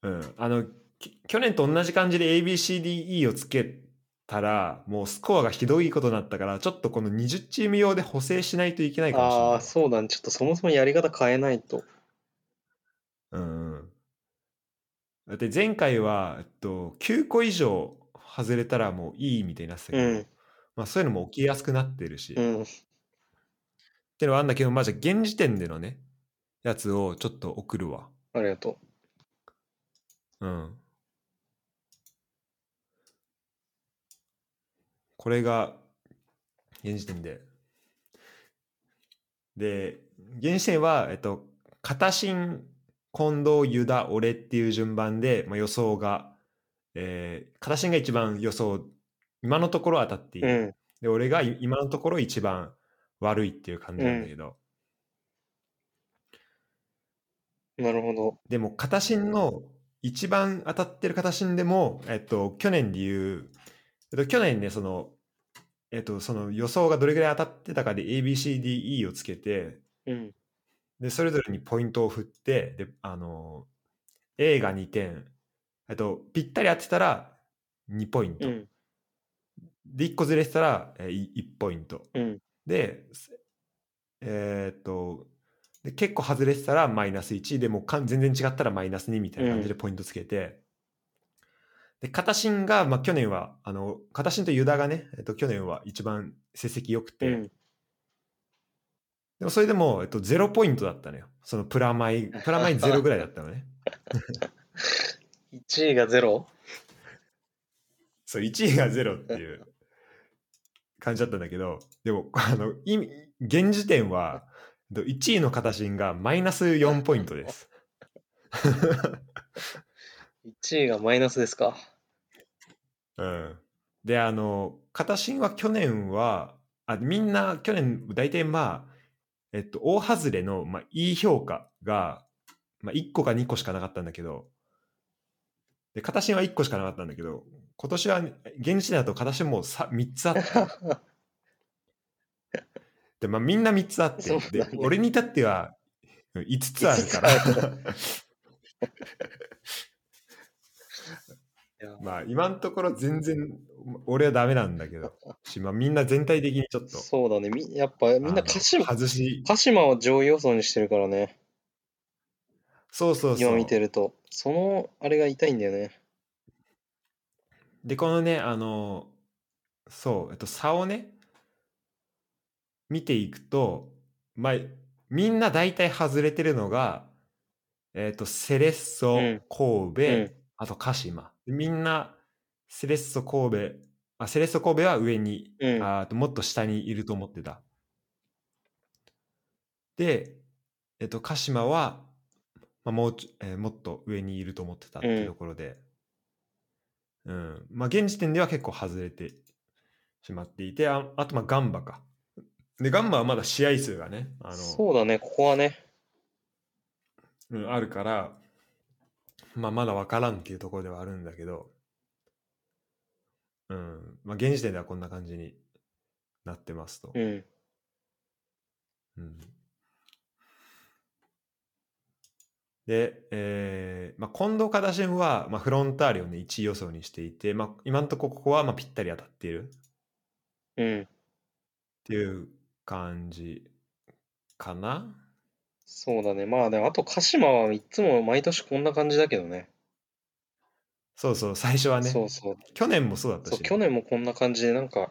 Speaker 2: うん。あの、き去年と同じ感じで ABCDE をつけたら、もうスコアがひどいことになったから、ちょっとこの20チーム用で補正しないといけないかもしれない。
Speaker 1: ああ、そうだね。ちょっとそもそもやり方変えないと。
Speaker 2: うんうんだって前回は、えっと、9個以上外れたらもういいみたいになってたけ
Speaker 1: う
Speaker 2: ど、
Speaker 1: ん。
Speaker 2: まあ、そういうのも起きやすくなってるし、
Speaker 1: う
Speaker 2: っ
Speaker 1: ん。
Speaker 2: ていうのはあるんだけど、まあ、じゃあ現時点でのねやつをちょっと送るわ
Speaker 1: ありがと。
Speaker 2: うんこれが現時点でで現時点はえっと片新近藤ユダ俺っていう順番で、まあ、予想が、えー、片新が一番予想今のところ当たっていうる、
Speaker 1: うん。
Speaker 2: で俺がい今のところ一番悪いっていう感じなんだけど、
Speaker 1: なるほど。
Speaker 2: でも片新の一番当たってる片新でも、えっと、去年でいう、えっと、去年ねその、えっと、その予想がどれぐらい当たってたかで ABCDE をつけて
Speaker 1: うん。
Speaker 2: でそれぞれにポイントを振ってであの A が2点えっとぴったり当てたら2ポイント、
Speaker 1: うん。
Speaker 2: で1個ずれてたら1ポイント
Speaker 1: うん。
Speaker 2: で、すえーっと、で結構外れてたらマイナス1でもうかん全然違ったらマイナス2みたいな感じでポイントつけて、で、片新が、まあ、去年は、あの、片新とユダがね、えっと、去年は一番成績良くて、
Speaker 1: うん。
Speaker 2: でもそれでも、えっと、0ポイントだったのよ。そのプラマイ、プラマイ0ぐらいだったのね。
Speaker 1: 1位が0。
Speaker 2: そう、1位が0っていう感じだったんだけど、でも、あの、意味現時点は、えっと1位の片新がマイナス4ポイントです。
Speaker 1: 1位がマイナスですか。
Speaker 2: うんであの片新は去年はあみんな去年大体まあえっと大外れの、まあ、いい評価が、まあ、1個か2個しかなかったんだけどで片新は1個しかなかったんだけど今年は現時点だと片新もうさ3つあってで、まあ、みんな3つあって
Speaker 1: そうなんだ
Speaker 2: で俺に至っては5つあるから
Speaker 1: 5つあいや
Speaker 2: まあ今のところ全然俺はダメなんだけどし、まあ、みんな全体的にちょっ と
Speaker 1: そうだね。みやっぱみんな鹿島
Speaker 2: あの外し
Speaker 1: 鹿島を上位予想にしてるからね。
Speaker 2: そうそうそう
Speaker 1: 今見てると。そのあれが痛いんだよね。
Speaker 2: でこのねあのそう、えっと、差をね見ていくと、まあ、みんな大体外れてるのが、えっと、セレッソ、
Speaker 1: うん
Speaker 2: 神戸、
Speaker 1: うん
Speaker 2: あと鹿島みんなセレッソ神戸あセレッソ神戸は上に
Speaker 1: うん。
Speaker 2: あーともっと下にいると思ってた。で、えっと、鹿島は、まあ、もうちょえーもっと上にいると思ってたっていうところで、うん。まあ、現時点では結構外れてしまっていて、ああと、まあ、ガンバか。で、ガンバはまだ試合数がね、あの、
Speaker 1: そうだね、ここはね。
Speaker 2: うん、あるから、まあ、まだ分からんっていうところではあるんだけど、うん、まあ、現時点ではこんな感じになってますと。
Speaker 1: うん。
Speaker 2: うんで、えーまあ、近藤カダシムは、まあ、フロンターレを、ね、1位予想にしていて、まあ、今のところここはまあぴったり当たっているっ
Speaker 1: うん。
Speaker 2: ていう感じかな。
Speaker 1: そうだね。まあでも、あと鹿島はいつも毎年こんな感じだけどね。
Speaker 2: そうそう、最初はね。
Speaker 1: そうそう。
Speaker 2: 去年もそうだった
Speaker 1: そ
Speaker 2: しね、
Speaker 1: う去年もこんな感じで、なんか、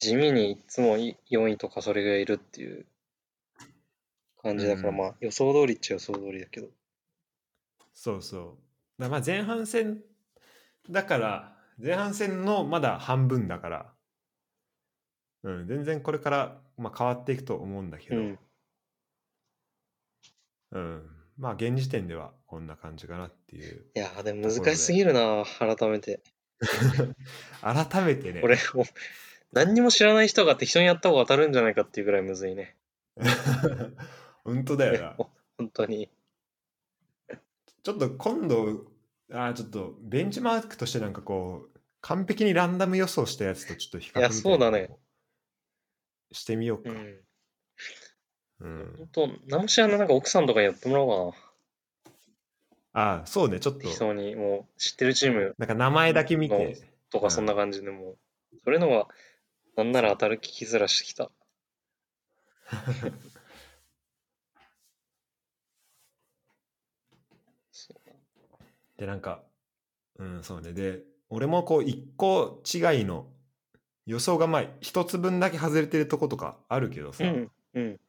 Speaker 1: 地味にいつもい4位とかそれぐらいいるっていう感じだから、
Speaker 2: うん
Speaker 1: まあ予想通りっちゃ予想通りだけど。
Speaker 2: そうそう。だまあ前半戦だから、前半戦のまだ半分だから、うん、全然これから、まあ、変わっていくと思うんだけ
Speaker 1: うん。
Speaker 2: ど、うん、まあ現時点ではこんな感じかなって いう。
Speaker 1: いやー、でも難しすぎるな、改めて。
Speaker 2: 改めてね。
Speaker 1: これ、もう何にも知らない人が適当にやった方が当たるんじゃないかっていうぐらいむずいね。
Speaker 2: 本当だよな。
Speaker 1: 本当に。
Speaker 2: ちょっと今度、あーちょっとベンチマークとしてなんかこう、完璧にランダム予想したやつとちょっと比較
Speaker 1: いや
Speaker 2: みたいなのを
Speaker 1: そうだね。
Speaker 2: してみよう
Speaker 1: う
Speaker 2: か。
Speaker 1: ん。
Speaker 2: うん、
Speaker 1: 本当、何も知らない、なんか奥さんとかにやってもらおうか
Speaker 2: ああ、そうね、ちょっ
Speaker 1: な。適
Speaker 2: と。
Speaker 1: 当に、もう知ってるチーム
Speaker 2: なんか名前だけ見て。
Speaker 1: と
Speaker 2: う
Speaker 1: か
Speaker 2: ん
Speaker 1: そんな感じでもう、それのは、なんなら当たる聞きづらしてきた。そう
Speaker 2: で、なんか、うん、そうね。で、俺もこう、一個違いの予想がまあ、一つ分だけ外れてるとことかあるけどさ、
Speaker 1: うん、うん、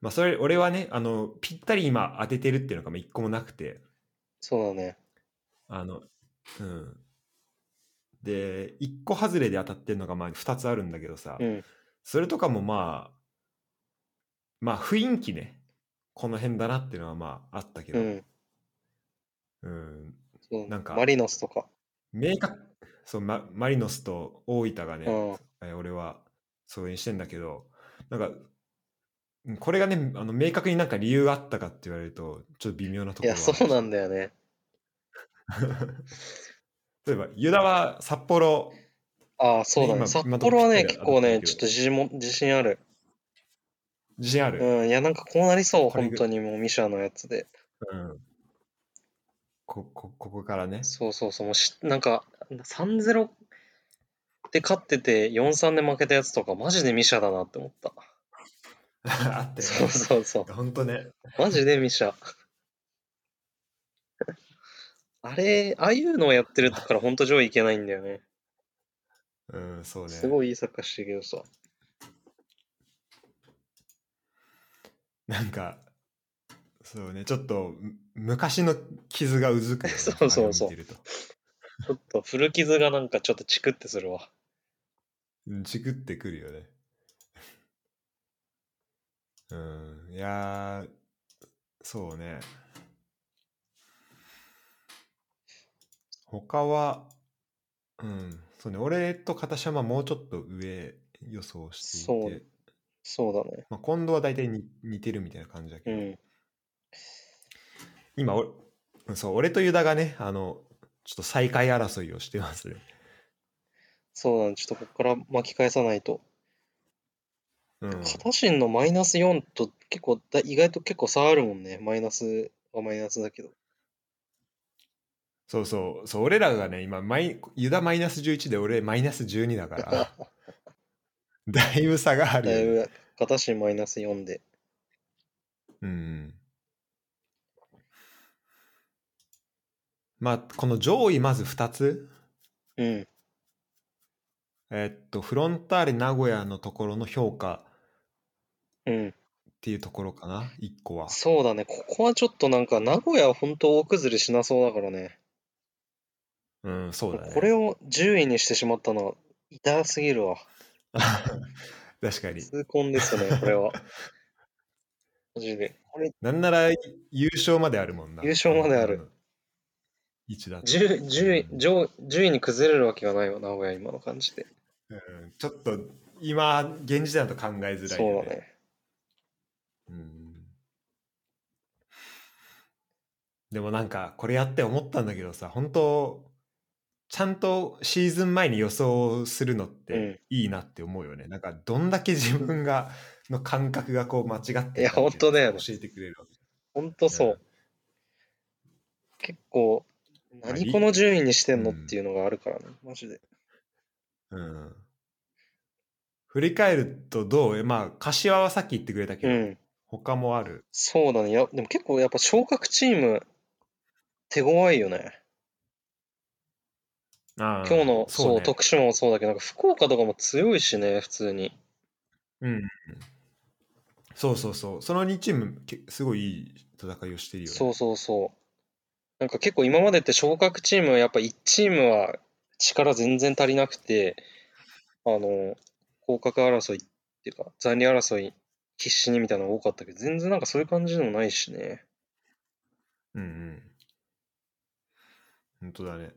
Speaker 2: まあ、それ、俺はね、あの、ぴったり今当ててるっていうのがまあ一個もなくて、
Speaker 1: そうだね。
Speaker 2: あの、うん。で、一個外れで当たってるのがまあ二つあるんだけどさ、
Speaker 1: うん、
Speaker 2: それとかもまあ、まあ雰囲気ね、この辺だなっていうのはまああったけ
Speaker 1: う
Speaker 2: ど、
Speaker 1: ん。
Speaker 2: うん、
Speaker 1: そう
Speaker 2: なんか
Speaker 1: マリノスとか。
Speaker 2: 明確そうママリノスと大分がね、
Speaker 1: うん
Speaker 2: えー俺はそう演してんだけどなんかうんこれがねあの明確になんか理由があったかって言われるとちょっと微妙なと
Speaker 1: い
Speaker 2: ころ
Speaker 1: や、
Speaker 2: は
Speaker 1: そうなんだよね。
Speaker 2: 例えばユダは札幌
Speaker 1: ああ、そうだ
Speaker 2: 今
Speaker 1: ね。札
Speaker 2: 今のとこ
Speaker 1: 幌はね、
Speaker 2: ぴったり
Speaker 1: 結構
Speaker 2: 当たって
Speaker 1: ね、
Speaker 2: るけど
Speaker 1: ちょっと自信も、自信ある。
Speaker 2: 自信ある、
Speaker 1: うん、いや、なんかこうなりそう、
Speaker 2: これ
Speaker 1: 本
Speaker 2: ぐ
Speaker 1: 当にもうミシャのやつで。
Speaker 2: うんここここからね
Speaker 1: そうそうそう、もうし、なんか、3-0で勝ってて、4-3で負けたやつとか、マジでミシャだなって思った。
Speaker 2: あっ て
Speaker 1: そうそうそう。
Speaker 2: 本当ね
Speaker 1: マジでミシャ。あれ、ああいうのをやってるから、本当上位いけないんだよね。
Speaker 2: うんそうね
Speaker 1: すごいいいサッカーしてるけどさ。
Speaker 2: なんかそうねちょっとむ昔の傷がうずくよね
Speaker 1: そうそうそう
Speaker 2: あれを見てると
Speaker 1: ちょっと古傷がなんかちょっとチクってするわ。
Speaker 2: うんチクってくるよね。 うん、いやー、そうね。他は、うん、そうね、俺と片島もうちょっと上予想して
Speaker 1: そ
Speaker 2: いうて、
Speaker 1: そうだね。
Speaker 2: まあ、今度は大体に似てるみたいな感じだけ
Speaker 1: う
Speaker 2: ど、
Speaker 1: ん。
Speaker 2: 今俺、うんそう、俺とユダがね、あの、ちょっと再開争いをしてますね。
Speaker 1: そうだね。ちょっとここから巻き返さないと。
Speaker 2: うん、
Speaker 1: 片心のマイナス4と結構だ、意外と結構差あるもんね。マイナスはマイナスだけど。
Speaker 2: そうそう、そう俺らがね、今マイ、ユダマイナス11で俺マイナス12だから、 だいぶ差がある
Speaker 1: だい
Speaker 2: よね、
Speaker 1: ぶ片心マイナス4で。
Speaker 2: うん。まあ、この上位まず2つ、
Speaker 1: うん。
Speaker 2: えっと、フロンターレ名古屋のところの評価っ
Speaker 1: うん。
Speaker 2: ていうところかな、1個は。
Speaker 1: そうだね。ここはちょっとなんか、名古屋は本当大崩れしなそうだからね。
Speaker 2: うん、そうだね。
Speaker 1: これを10位にしてしまったのは痛すぎるわ。
Speaker 2: 確かに。
Speaker 1: 痛恨ですね、これは。マジで。これ、
Speaker 2: なんなら優勝まであるもんな。
Speaker 1: 優勝まである
Speaker 2: うん。 1だと
Speaker 1: 10, 10, 上10位に崩れるわけがないわ、名古屋、今の感じで。
Speaker 2: うんちょっと今、現時点だと考えづらい
Speaker 1: そう
Speaker 2: よ
Speaker 1: だね。
Speaker 2: うんでもなんかこれやって思ったんだけどさ本当ちゃんとシーズン前に予想するのっ
Speaker 1: うん
Speaker 2: ていいなって思うよね、なんかどんだけ自分がの感覚がこう間違ってるかって
Speaker 1: いや本当だよね
Speaker 2: 教えてくれるわけ
Speaker 1: ほんとそう。
Speaker 2: うん
Speaker 1: 結構、
Speaker 2: まあいい
Speaker 1: 何この順位にしてんのっ
Speaker 2: うん
Speaker 1: ていうのがあるからね、マジで。
Speaker 2: うん振り返るとどうまあ柏はさっき言ってくれたけ
Speaker 1: う
Speaker 2: ど、
Speaker 1: ん。
Speaker 2: 他もある
Speaker 1: そうだね。いや、でも結構やっぱ昇格チーム、手強いよね。
Speaker 2: 今
Speaker 1: 今日の、そう
Speaker 2: そうね
Speaker 1: 徳島もそうだけど、なんか福岡とかも強いしね、普通に。
Speaker 2: うん、そうそうそうその2チームけすごいいい戦いをしてるよね
Speaker 1: そうそうそう。なんか結構今までって昇格チームはやっぱ1チームは力全然足りなくて、あの、降格争いっていうか、残留争い必死にみたいなのが多かったけど、全然なんかそういう感じでもないしね。
Speaker 2: うんうん。本当だね。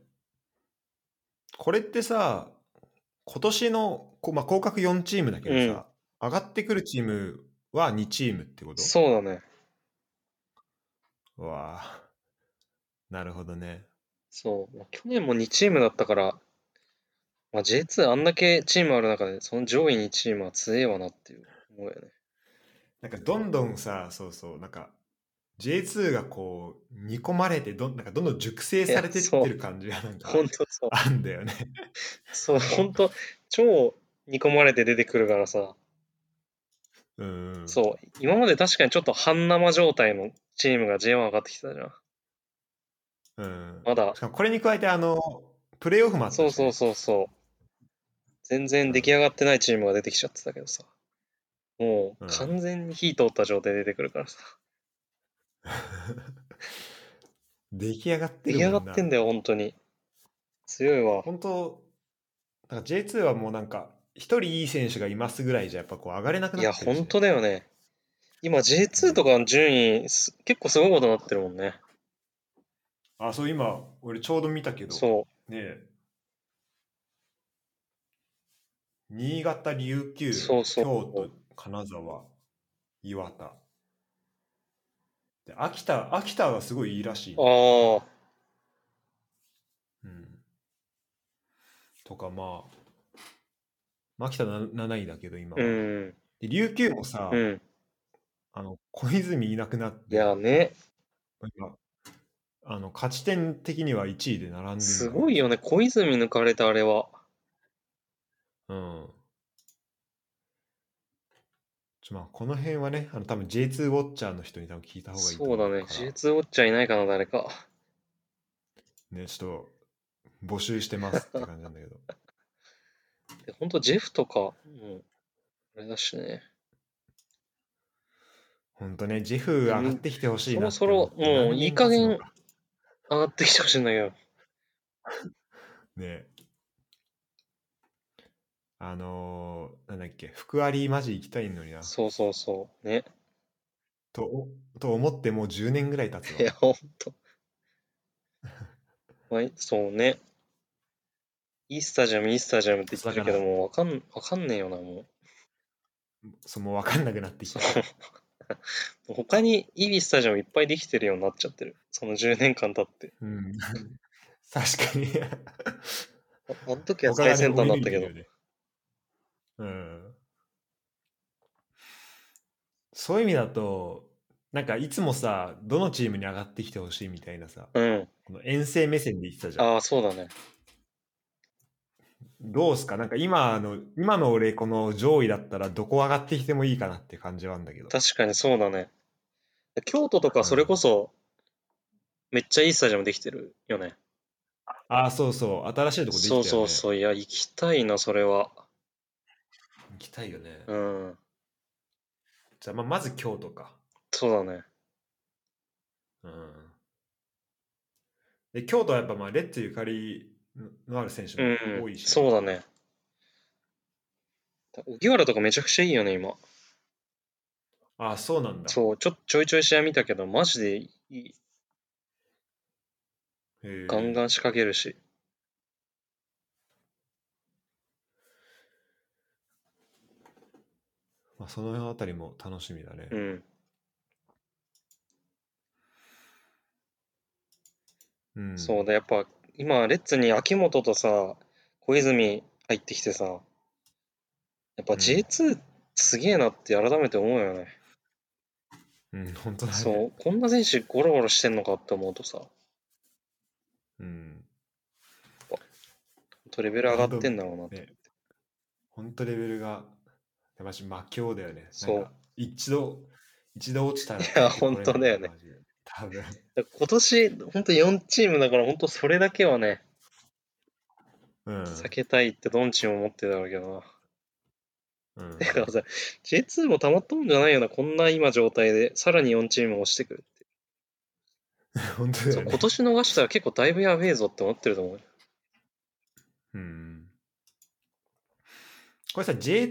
Speaker 2: これってさ、今年の、こまあ、降格4チームだけどさ、上がってくるチームは2チームってこと
Speaker 1: そうだね。
Speaker 2: う。わあなるほどね。
Speaker 1: そう。まあ去年も2チームだったから、まあ、J2 あんだけチームある中で、その上位2チームは強えわなっていう思うよね。
Speaker 2: なんかどんどんさ、そうそう、なんか J2 がこう、煮込まれてどん、なんかどんどん熟成されて
Speaker 1: いや
Speaker 2: っ
Speaker 1: そう
Speaker 2: てる感じがなんか
Speaker 1: ほんとそう。
Speaker 2: あんだよね。
Speaker 1: そう、ほんと、超煮込まれて出てくるからさ。
Speaker 2: うんうん。
Speaker 1: そう、今まで確かにちょっと半生状態のチームが J1 上がってきてたじゃん。
Speaker 2: うん。
Speaker 1: まだ
Speaker 2: し、かもこれに加えて、あの、プレーオフもあったし
Speaker 1: そ
Speaker 2: ね
Speaker 1: うそうそうそう。全然出来上がってないチームが出てきちゃってたけどさ。も
Speaker 2: う
Speaker 1: うん完全に火通った状態で出てくるからさ。
Speaker 2: 出来上がっ
Speaker 1: 出
Speaker 2: てる
Speaker 1: 来上が
Speaker 2: もんな
Speaker 1: ってんだよ、本当に。強いわ。
Speaker 2: 本当なんか J2 はもうなんか一人いい選手がいますぐらいじゃやっぱこう上がれなく
Speaker 1: い
Speaker 2: な
Speaker 1: や、
Speaker 2: ってるしね、
Speaker 1: 本当だよね。今 J2 とかの順位す結構すごいことになってるもんね。
Speaker 2: あそう今俺ちょうど見たけど
Speaker 1: そ
Speaker 2: ねえ新潟琉球
Speaker 1: そうそう。
Speaker 2: 京都金沢岩田で秋田秋田はすごいいいらしいうね、
Speaker 1: ああ、
Speaker 2: うん、とかまあまあ秋田な7位だけど今は、
Speaker 1: うん。
Speaker 2: で琉球もさ、
Speaker 1: うん。
Speaker 2: あの小泉いなくなって
Speaker 1: いやね、
Speaker 2: 今あの勝ち点的には1位で並んでる
Speaker 1: すごい
Speaker 2: よ、
Speaker 1: よね。小泉抜かれたあれは。
Speaker 2: うんちょまあ、この辺はねあの多分 J2 ウォッチャーの人に多分聞いた方がいいと
Speaker 1: そ
Speaker 2: 思
Speaker 1: うだね。
Speaker 2: から
Speaker 1: J2 ウォッチャーいないかな、誰か。
Speaker 2: ねちょっと募集してますって感じなんだ けど
Speaker 1: でほんと、ジェフとか、もう、あれだしね。
Speaker 2: ほんとねジェフ上がってきてほしいなって
Speaker 1: そろ
Speaker 2: 思っ
Speaker 1: そ
Speaker 2: て
Speaker 1: ろもういい加減
Speaker 2: 何年経つのか
Speaker 1: 上がってきてほしいんだけ ど。
Speaker 2: ねあのーなんだっけ福ありマジ行きたいのにな
Speaker 1: そうそうそう。ね。
Speaker 2: とと思ってもう10年ぐらい経つわ
Speaker 1: いや、ほんと。まあいそうね。いいスタジアム、いいスタジアムって言ってるけども、わかん、わかんねえよな、も
Speaker 2: そうもう分かんなくなっ
Speaker 1: う。
Speaker 2: てき
Speaker 1: そ
Speaker 2: た
Speaker 1: う。 他にいいスタジアムいっぱいできてるようになっちゃってる。その10年間経って。
Speaker 2: うん、 確かに。
Speaker 1: ああの時は最先端だったけど。
Speaker 2: うん。そういう意味だと、なんかいつもさ、どのチームに上がってきてほしいみたいなさ、
Speaker 1: うん。
Speaker 2: この遠征目線で言ってたじゃん。
Speaker 1: ああ、そうだね。
Speaker 2: どうすかなんか今あの、今の俺、この上位だったらどこ上がってきてもいいかなって感じはあるんだけど。
Speaker 1: 確かにそうだね。京都とかそれこそ、めっちゃいいスタジアムできてるよね。
Speaker 2: ああ、そうそう、新しいとこできた
Speaker 1: そ
Speaker 2: よ
Speaker 1: う
Speaker 2: ね。。
Speaker 1: そうそうう、いや、行きたいな、それは。
Speaker 2: 行きたいよね。
Speaker 1: うん、
Speaker 2: じゃあ、まあ、まず京都か。
Speaker 1: そうだね。
Speaker 2: うんで京都はやっぱまあレッツゆかりのある選手
Speaker 1: うん
Speaker 2: も、多いし、
Speaker 1: そうだね。荻原とかめちゃくちゃいいよね、今。
Speaker 2: ああそうなんだ
Speaker 1: そう、ちょちょいちょい試合見たけど、マジでいい。
Speaker 2: えー
Speaker 1: ガンガン仕掛けるし、
Speaker 2: まあ、その辺りも楽しみだね。
Speaker 1: うん、
Speaker 2: うん
Speaker 1: そうだ、やっぱ今、レッツに秋元とさ、小泉入ってきてさ、やっぱ
Speaker 2: うん
Speaker 1: J2 すげえなって改めて思うよね。
Speaker 2: うん、本当だね。
Speaker 1: そう、こんな選手ゴロゴロしてんのかって思うとさ、ほん
Speaker 2: うん。
Speaker 1: とレベル上がってんだろうなって。
Speaker 2: ね、本当レベルが、マジ魔境だよね。
Speaker 1: そう
Speaker 2: なんか一度、一度落ちたら。
Speaker 1: いや本当だよね
Speaker 2: マジで。多分。
Speaker 1: だから今年、本当4チームだから、本当それだけはね、
Speaker 2: うん。
Speaker 1: 避けたいってどんチームも思ってるだろうけど
Speaker 2: うん
Speaker 1: な。だ からさ、J2 もたまったもんじゃないよな、こんな今状態で、さらに4チーム押してくるって。
Speaker 2: 本当だ
Speaker 1: そう
Speaker 2: よ
Speaker 1: 今
Speaker 2: ね。
Speaker 1: 年逃したら結構だいぶやべえぞって思ってると思う。
Speaker 2: うん。これさ、J2、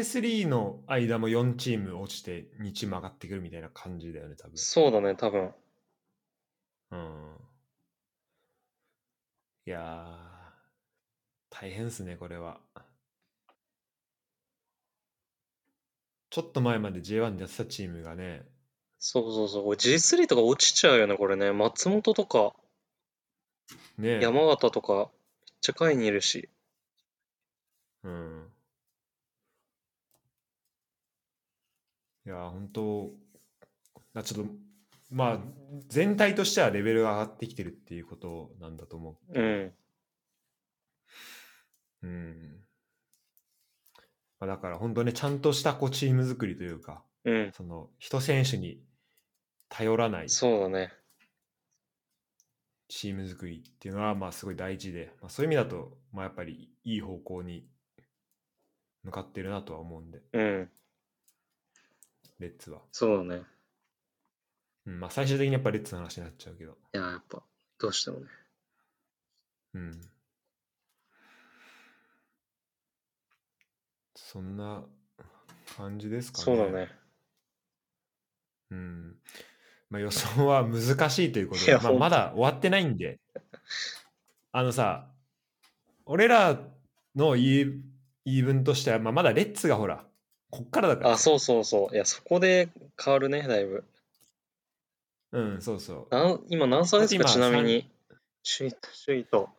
Speaker 2: J3 の間も4チーム落ちて2チーム上がってくるみたいな感じだよね、多分。
Speaker 1: そうだね、多分。
Speaker 2: うん。いやー、大変っすね、これは。ちょっと前まで J1 でやってたチームがね、
Speaker 1: そうそうそう。これ G3 とか落ちちゃうよね、これね。松本とか、
Speaker 2: ね、
Speaker 1: 山形とか、めっちゃ下位にいるし。
Speaker 2: うん。いやー、本当なちょっと、まあ、全体としてはレベルが上がってきてるっていうことなんだと思う
Speaker 1: うん。
Speaker 2: うん。まあ、だから本当ね、ちゃんとしたこうチーム作りというか、
Speaker 1: うん。
Speaker 2: その、一選手に頼らない
Speaker 1: そうだね。
Speaker 2: チーム作りっていうのは、まあすごい大事で、まあ、そういう意味だと、まあやっぱりいい方向に向かってるなとは思うんで、
Speaker 1: うん。
Speaker 2: レッツは。
Speaker 1: そうだね。
Speaker 2: うん、まあ最終的にやっぱレッツの話になっちゃうけど。
Speaker 1: いや、やっぱ、どうしてもね。
Speaker 2: うん。そんな感じですかね。
Speaker 1: そうだね。
Speaker 2: うん。まあ、予想は難しいということ
Speaker 1: い
Speaker 2: で、
Speaker 1: や
Speaker 2: まあ、
Speaker 1: ほん
Speaker 2: まだ終わってないんで、あのさ、俺らの言い言い分としては、まあ、まだレッツがほら、こっからだから。
Speaker 1: あ、そうそうそう。いや、そこで変わるね、だいぶ。
Speaker 2: うん、そうそう。
Speaker 1: なん今何差ですか、
Speaker 2: だって
Speaker 1: ち
Speaker 2: 今
Speaker 1: なみに。首位と、首位と。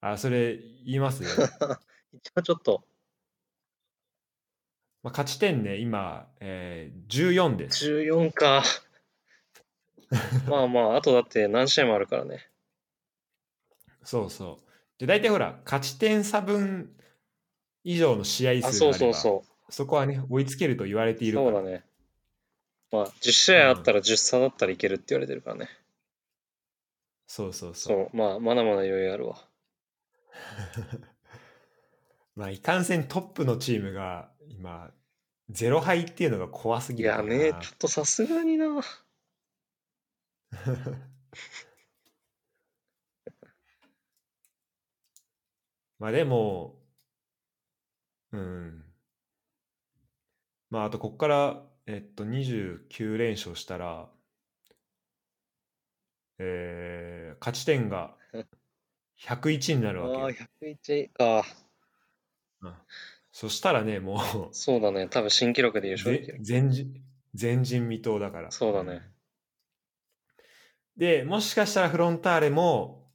Speaker 2: あ、それ言います よ。
Speaker 1: 一応ちょっと、
Speaker 2: まあ勝ち点ね、今、えー、14です。
Speaker 1: 14か。 まあまあ、あとだって何試合もあるからね。
Speaker 2: そうそう。で、大体ほら、勝ち点差分以上の試合
Speaker 1: あ、
Speaker 2: 数
Speaker 1: そ
Speaker 2: があれば
Speaker 1: うそうそう。
Speaker 2: そこはね、追いつけると言われているか
Speaker 1: そ
Speaker 2: ら。
Speaker 1: うだね。まあ、10試合あったら10差だったらいけるって言われてるからね。
Speaker 2: そうそうそう。
Speaker 1: そう、まあ、まだまだ余裕あるわ。
Speaker 2: まあ、いかんせんトップのチームが今、ゼロ敗っていうのが怖す
Speaker 1: い
Speaker 2: ぎる
Speaker 1: や
Speaker 2: からな
Speaker 1: ね、ちょっとさすがにな。
Speaker 2: まあでも、うん。まあ、あと、こっから、えっと、29連勝したら、えー、勝ち 点が101にな
Speaker 1: あ
Speaker 2: るわけよ
Speaker 1: あ、101か。
Speaker 2: そしたらね、もう、
Speaker 1: そうだね、多分新記録で優勝でき
Speaker 2: ぜ
Speaker 1: る。
Speaker 2: 前人前人未到だから。
Speaker 1: そうだね。
Speaker 2: で、もしかしたらフロンターレも、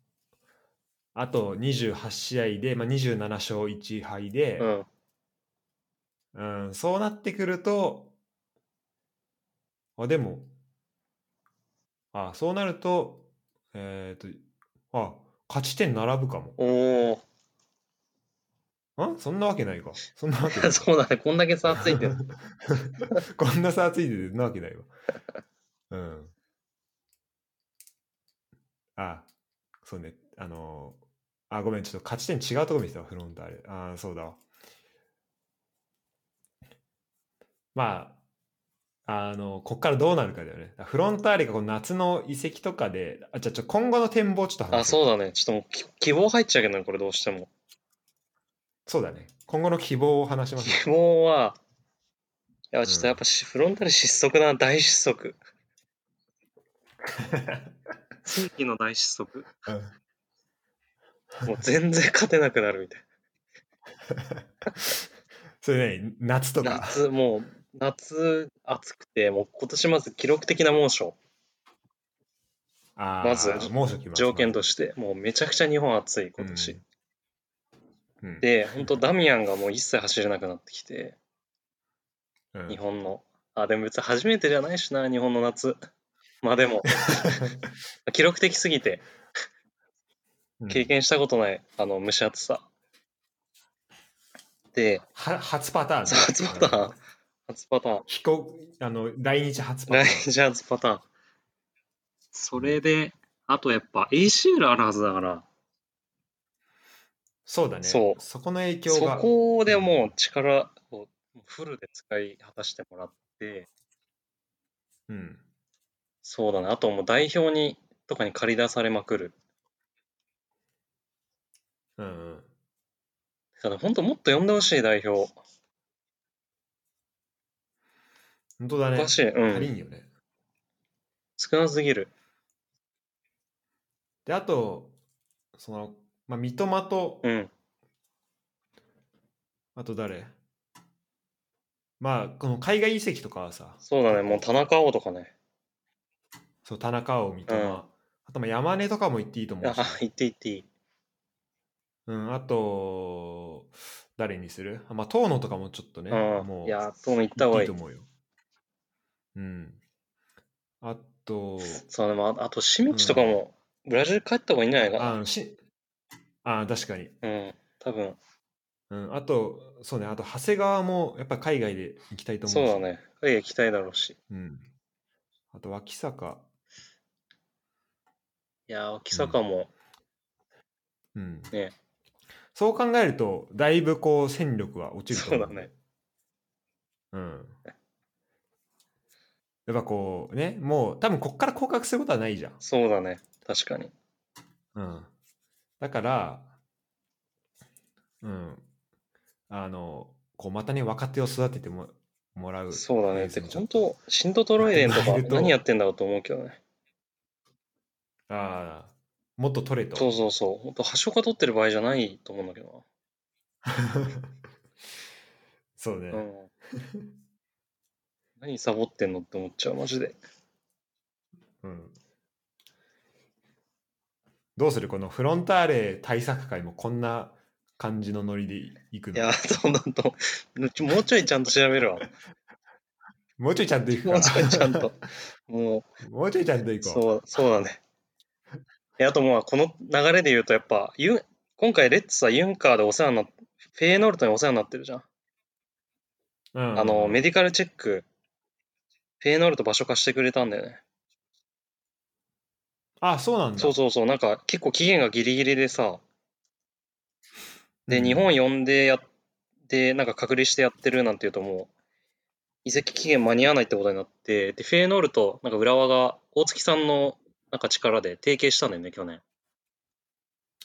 Speaker 2: あと28試合で、まあ、27勝1敗
Speaker 1: う
Speaker 2: で、
Speaker 1: ん。
Speaker 2: うんそうなってくると、あ、でも、あ、そうなると、えっ、と、あ、勝ち点並ぶかも。
Speaker 1: おお、
Speaker 2: んそんなわけないか。そんなわけ な い。
Speaker 1: そうだね、こんだけ差ついてる。
Speaker 2: こんな差ついてるなわけないわ。うん。あ、そうね。あのーあ、ごめん、ちょっと勝ち点違うとこ見てたわ、フロンターレ。あー、そうだわ。まあ、あの、こっからどうなるかだよね。フロンターレがこの夏の移籍とかで、あ、じゃあちょ、今後の展望をちょっと 話
Speaker 1: あ、そう
Speaker 2: う。
Speaker 1: だね、ちょっともうき希望入っちゃうけどね、これどうしても。
Speaker 2: そうだね。今後の希望を話しましょ
Speaker 1: 希望は、いや、ちょっとやっ ぱし、フロンタル失速だな、大失速。世紀の大失速。
Speaker 2: うん
Speaker 1: もう全然勝てなくなるみたい
Speaker 2: それね、夏と
Speaker 1: な。
Speaker 2: か。
Speaker 1: 夏、もう夏暑くて、もう今年まず記録的な猛暑、
Speaker 2: あー
Speaker 1: まず
Speaker 2: 猛暑来ます
Speaker 1: 条件と
Speaker 2: し
Speaker 1: して、もうめちゃくちゃ日本暑い今年。
Speaker 2: うんうん
Speaker 1: で、本当ダミアンがもう一切走れなくなってきて、
Speaker 2: うん
Speaker 1: 日本の。あ、でも別に初めてじゃないしな、日本の夏。 まあで も、記録的すぎて、
Speaker 2: うん
Speaker 1: 経験したことない、あの、蒸し暑さ。で、
Speaker 2: は初パターン。
Speaker 1: そう初パターン
Speaker 2: うん。
Speaker 1: 初パターン。
Speaker 2: 飛行、あの、来日初パタ
Speaker 1: ラ
Speaker 2: ーン
Speaker 1: イ。ジャーズパターン。それで、あとやっぱ ACL あるはずだから、
Speaker 2: そうだね。
Speaker 1: そう
Speaker 2: この影響
Speaker 1: そ
Speaker 2: が。
Speaker 1: こでもう力をフルで使い果たしてもらって、
Speaker 2: うん。
Speaker 1: そうだね、あともう代表にとかに借り出されまくる。
Speaker 2: うんうん。
Speaker 1: だから本当もっと呼んでほしい代表。
Speaker 2: 本当だ
Speaker 1: お
Speaker 2: ね。
Speaker 1: かしい。う
Speaker 2: 足り
Speaker 1: ん。
Speaker 2: んよね。
Speaker 1: 少なすぎる。
Speaker 2: で、あと、その、まあ、三笘と、
Speaker 1: うん。
Speaker 2: あと誰まあ、この海外移籍とかはさ、
Speaker 1: そうだね、もう田中碧とかね。
Speaker 2: そう、田中を三笘、
Speaker 1: うん
Speaker 2: あと、まあ、山根とかも言っていいと思う
Speaker 1: あ
Speaker 2: し、、
Speaker 1: 言って言っていい。
Speaker 2: うん、あと、誰にするあまあ、遠野とかもちょっとね、
Speaker 1: うん。
Speaker 2: もう、
Speaker 1: いや、どうも行った方がい
Speaker 2: い
Speaker 1: い
Speaker 2: と。思うよ。うん。あ と、
Speaker 1: そうね、まあ、あと、シミッチとかも、ブラジル帰った方がいいんじゃないか
Speaker 2: あ
Speaker 1: な。
Speaker 2: のし、あ確かに。
Speaker 1: うん。多分、
Speaker 2: うん、あと、そうね、あと、長谷川も、やっぱり海外で行きたいと思
Speaker 1: そう
Speaker 2: し
Speaker 1: うだ。ね。海外行きたいだろうし。
Speaker 2: うん。あと、脇坂。
Speaker 1: いやー、脇坂も、
Speaker 2: うん。
Speaker 1: ね
Speaker 2: そう考えると、だいぶこう、戦力は落ちると思う。
Speaker 1: そうだね。
Speaker 2: うん。やっぱこう、ね、もう、多分こっから降格することはないじゃん。
Speaker 1: そうだね。確かに。
Speaker 2: うん。だから、うん。あの、こう、またね、若手を育ててももらう。
Speaker 1: そうだね。てか、
Speaker 2: ちょ
Speaker 1: 本
Speaker 2: っと
Speaker 1: 当シントトロイデ ンと
Speaker 2: や
Speaker 1: か
Speaker 2: ってもらえると
Speaker 1: 何やってんだろうと思うけどね。
Speaker 2: ああ、もっと取れと。
Speaker 1: そうそうそう。本当橋岡取ってる場合じゃないと思うんだけど
Speaker 2: そうね。
Speaker 1: な。うん。何サボってんのって思っちゃう、マジで。
Speaker 2: うんどうするこのフロンターレ対策会もこんな感じのノリでいく
Speaker 1: い
Speaker 2: の
Speaker 1: やー、そうなんと、もうちょいちゃんと調べるわ。
Speaker 2: もうちょいちゃんと行くか
Speaker 1: もうちょいちゃんと。も
Speaker 2: もうちょいちゃんと
Speaker 1: う、
Speaker 2: 行こう
Speaker 1: そう、そうだね。えあともう、この流れで言うと、やっぱ、ユン今回、レッツはユンカーでお世話になって、フェーノルトにお世話になってるじゃん。
Speaker 2: うんうんうん
Speaker 1: あの、メディカルチェック、フェーノルト場所貸してくれたんだよね。
Speaker 2: あそうなんだ
Speaker 1: そうそうそう、なんか結構期限がギリギリでさ、
Speaker 2: う
Speaker 1: で、
Speaker 2: ん
Speaker 1: 日本呼んでやって、なんか隔離してやってるなんていうともう、移籍期限間に合わないってことになって、で、フェーノルト、なんか浦和が大月さんのなんか力で提携したんだよね、去年。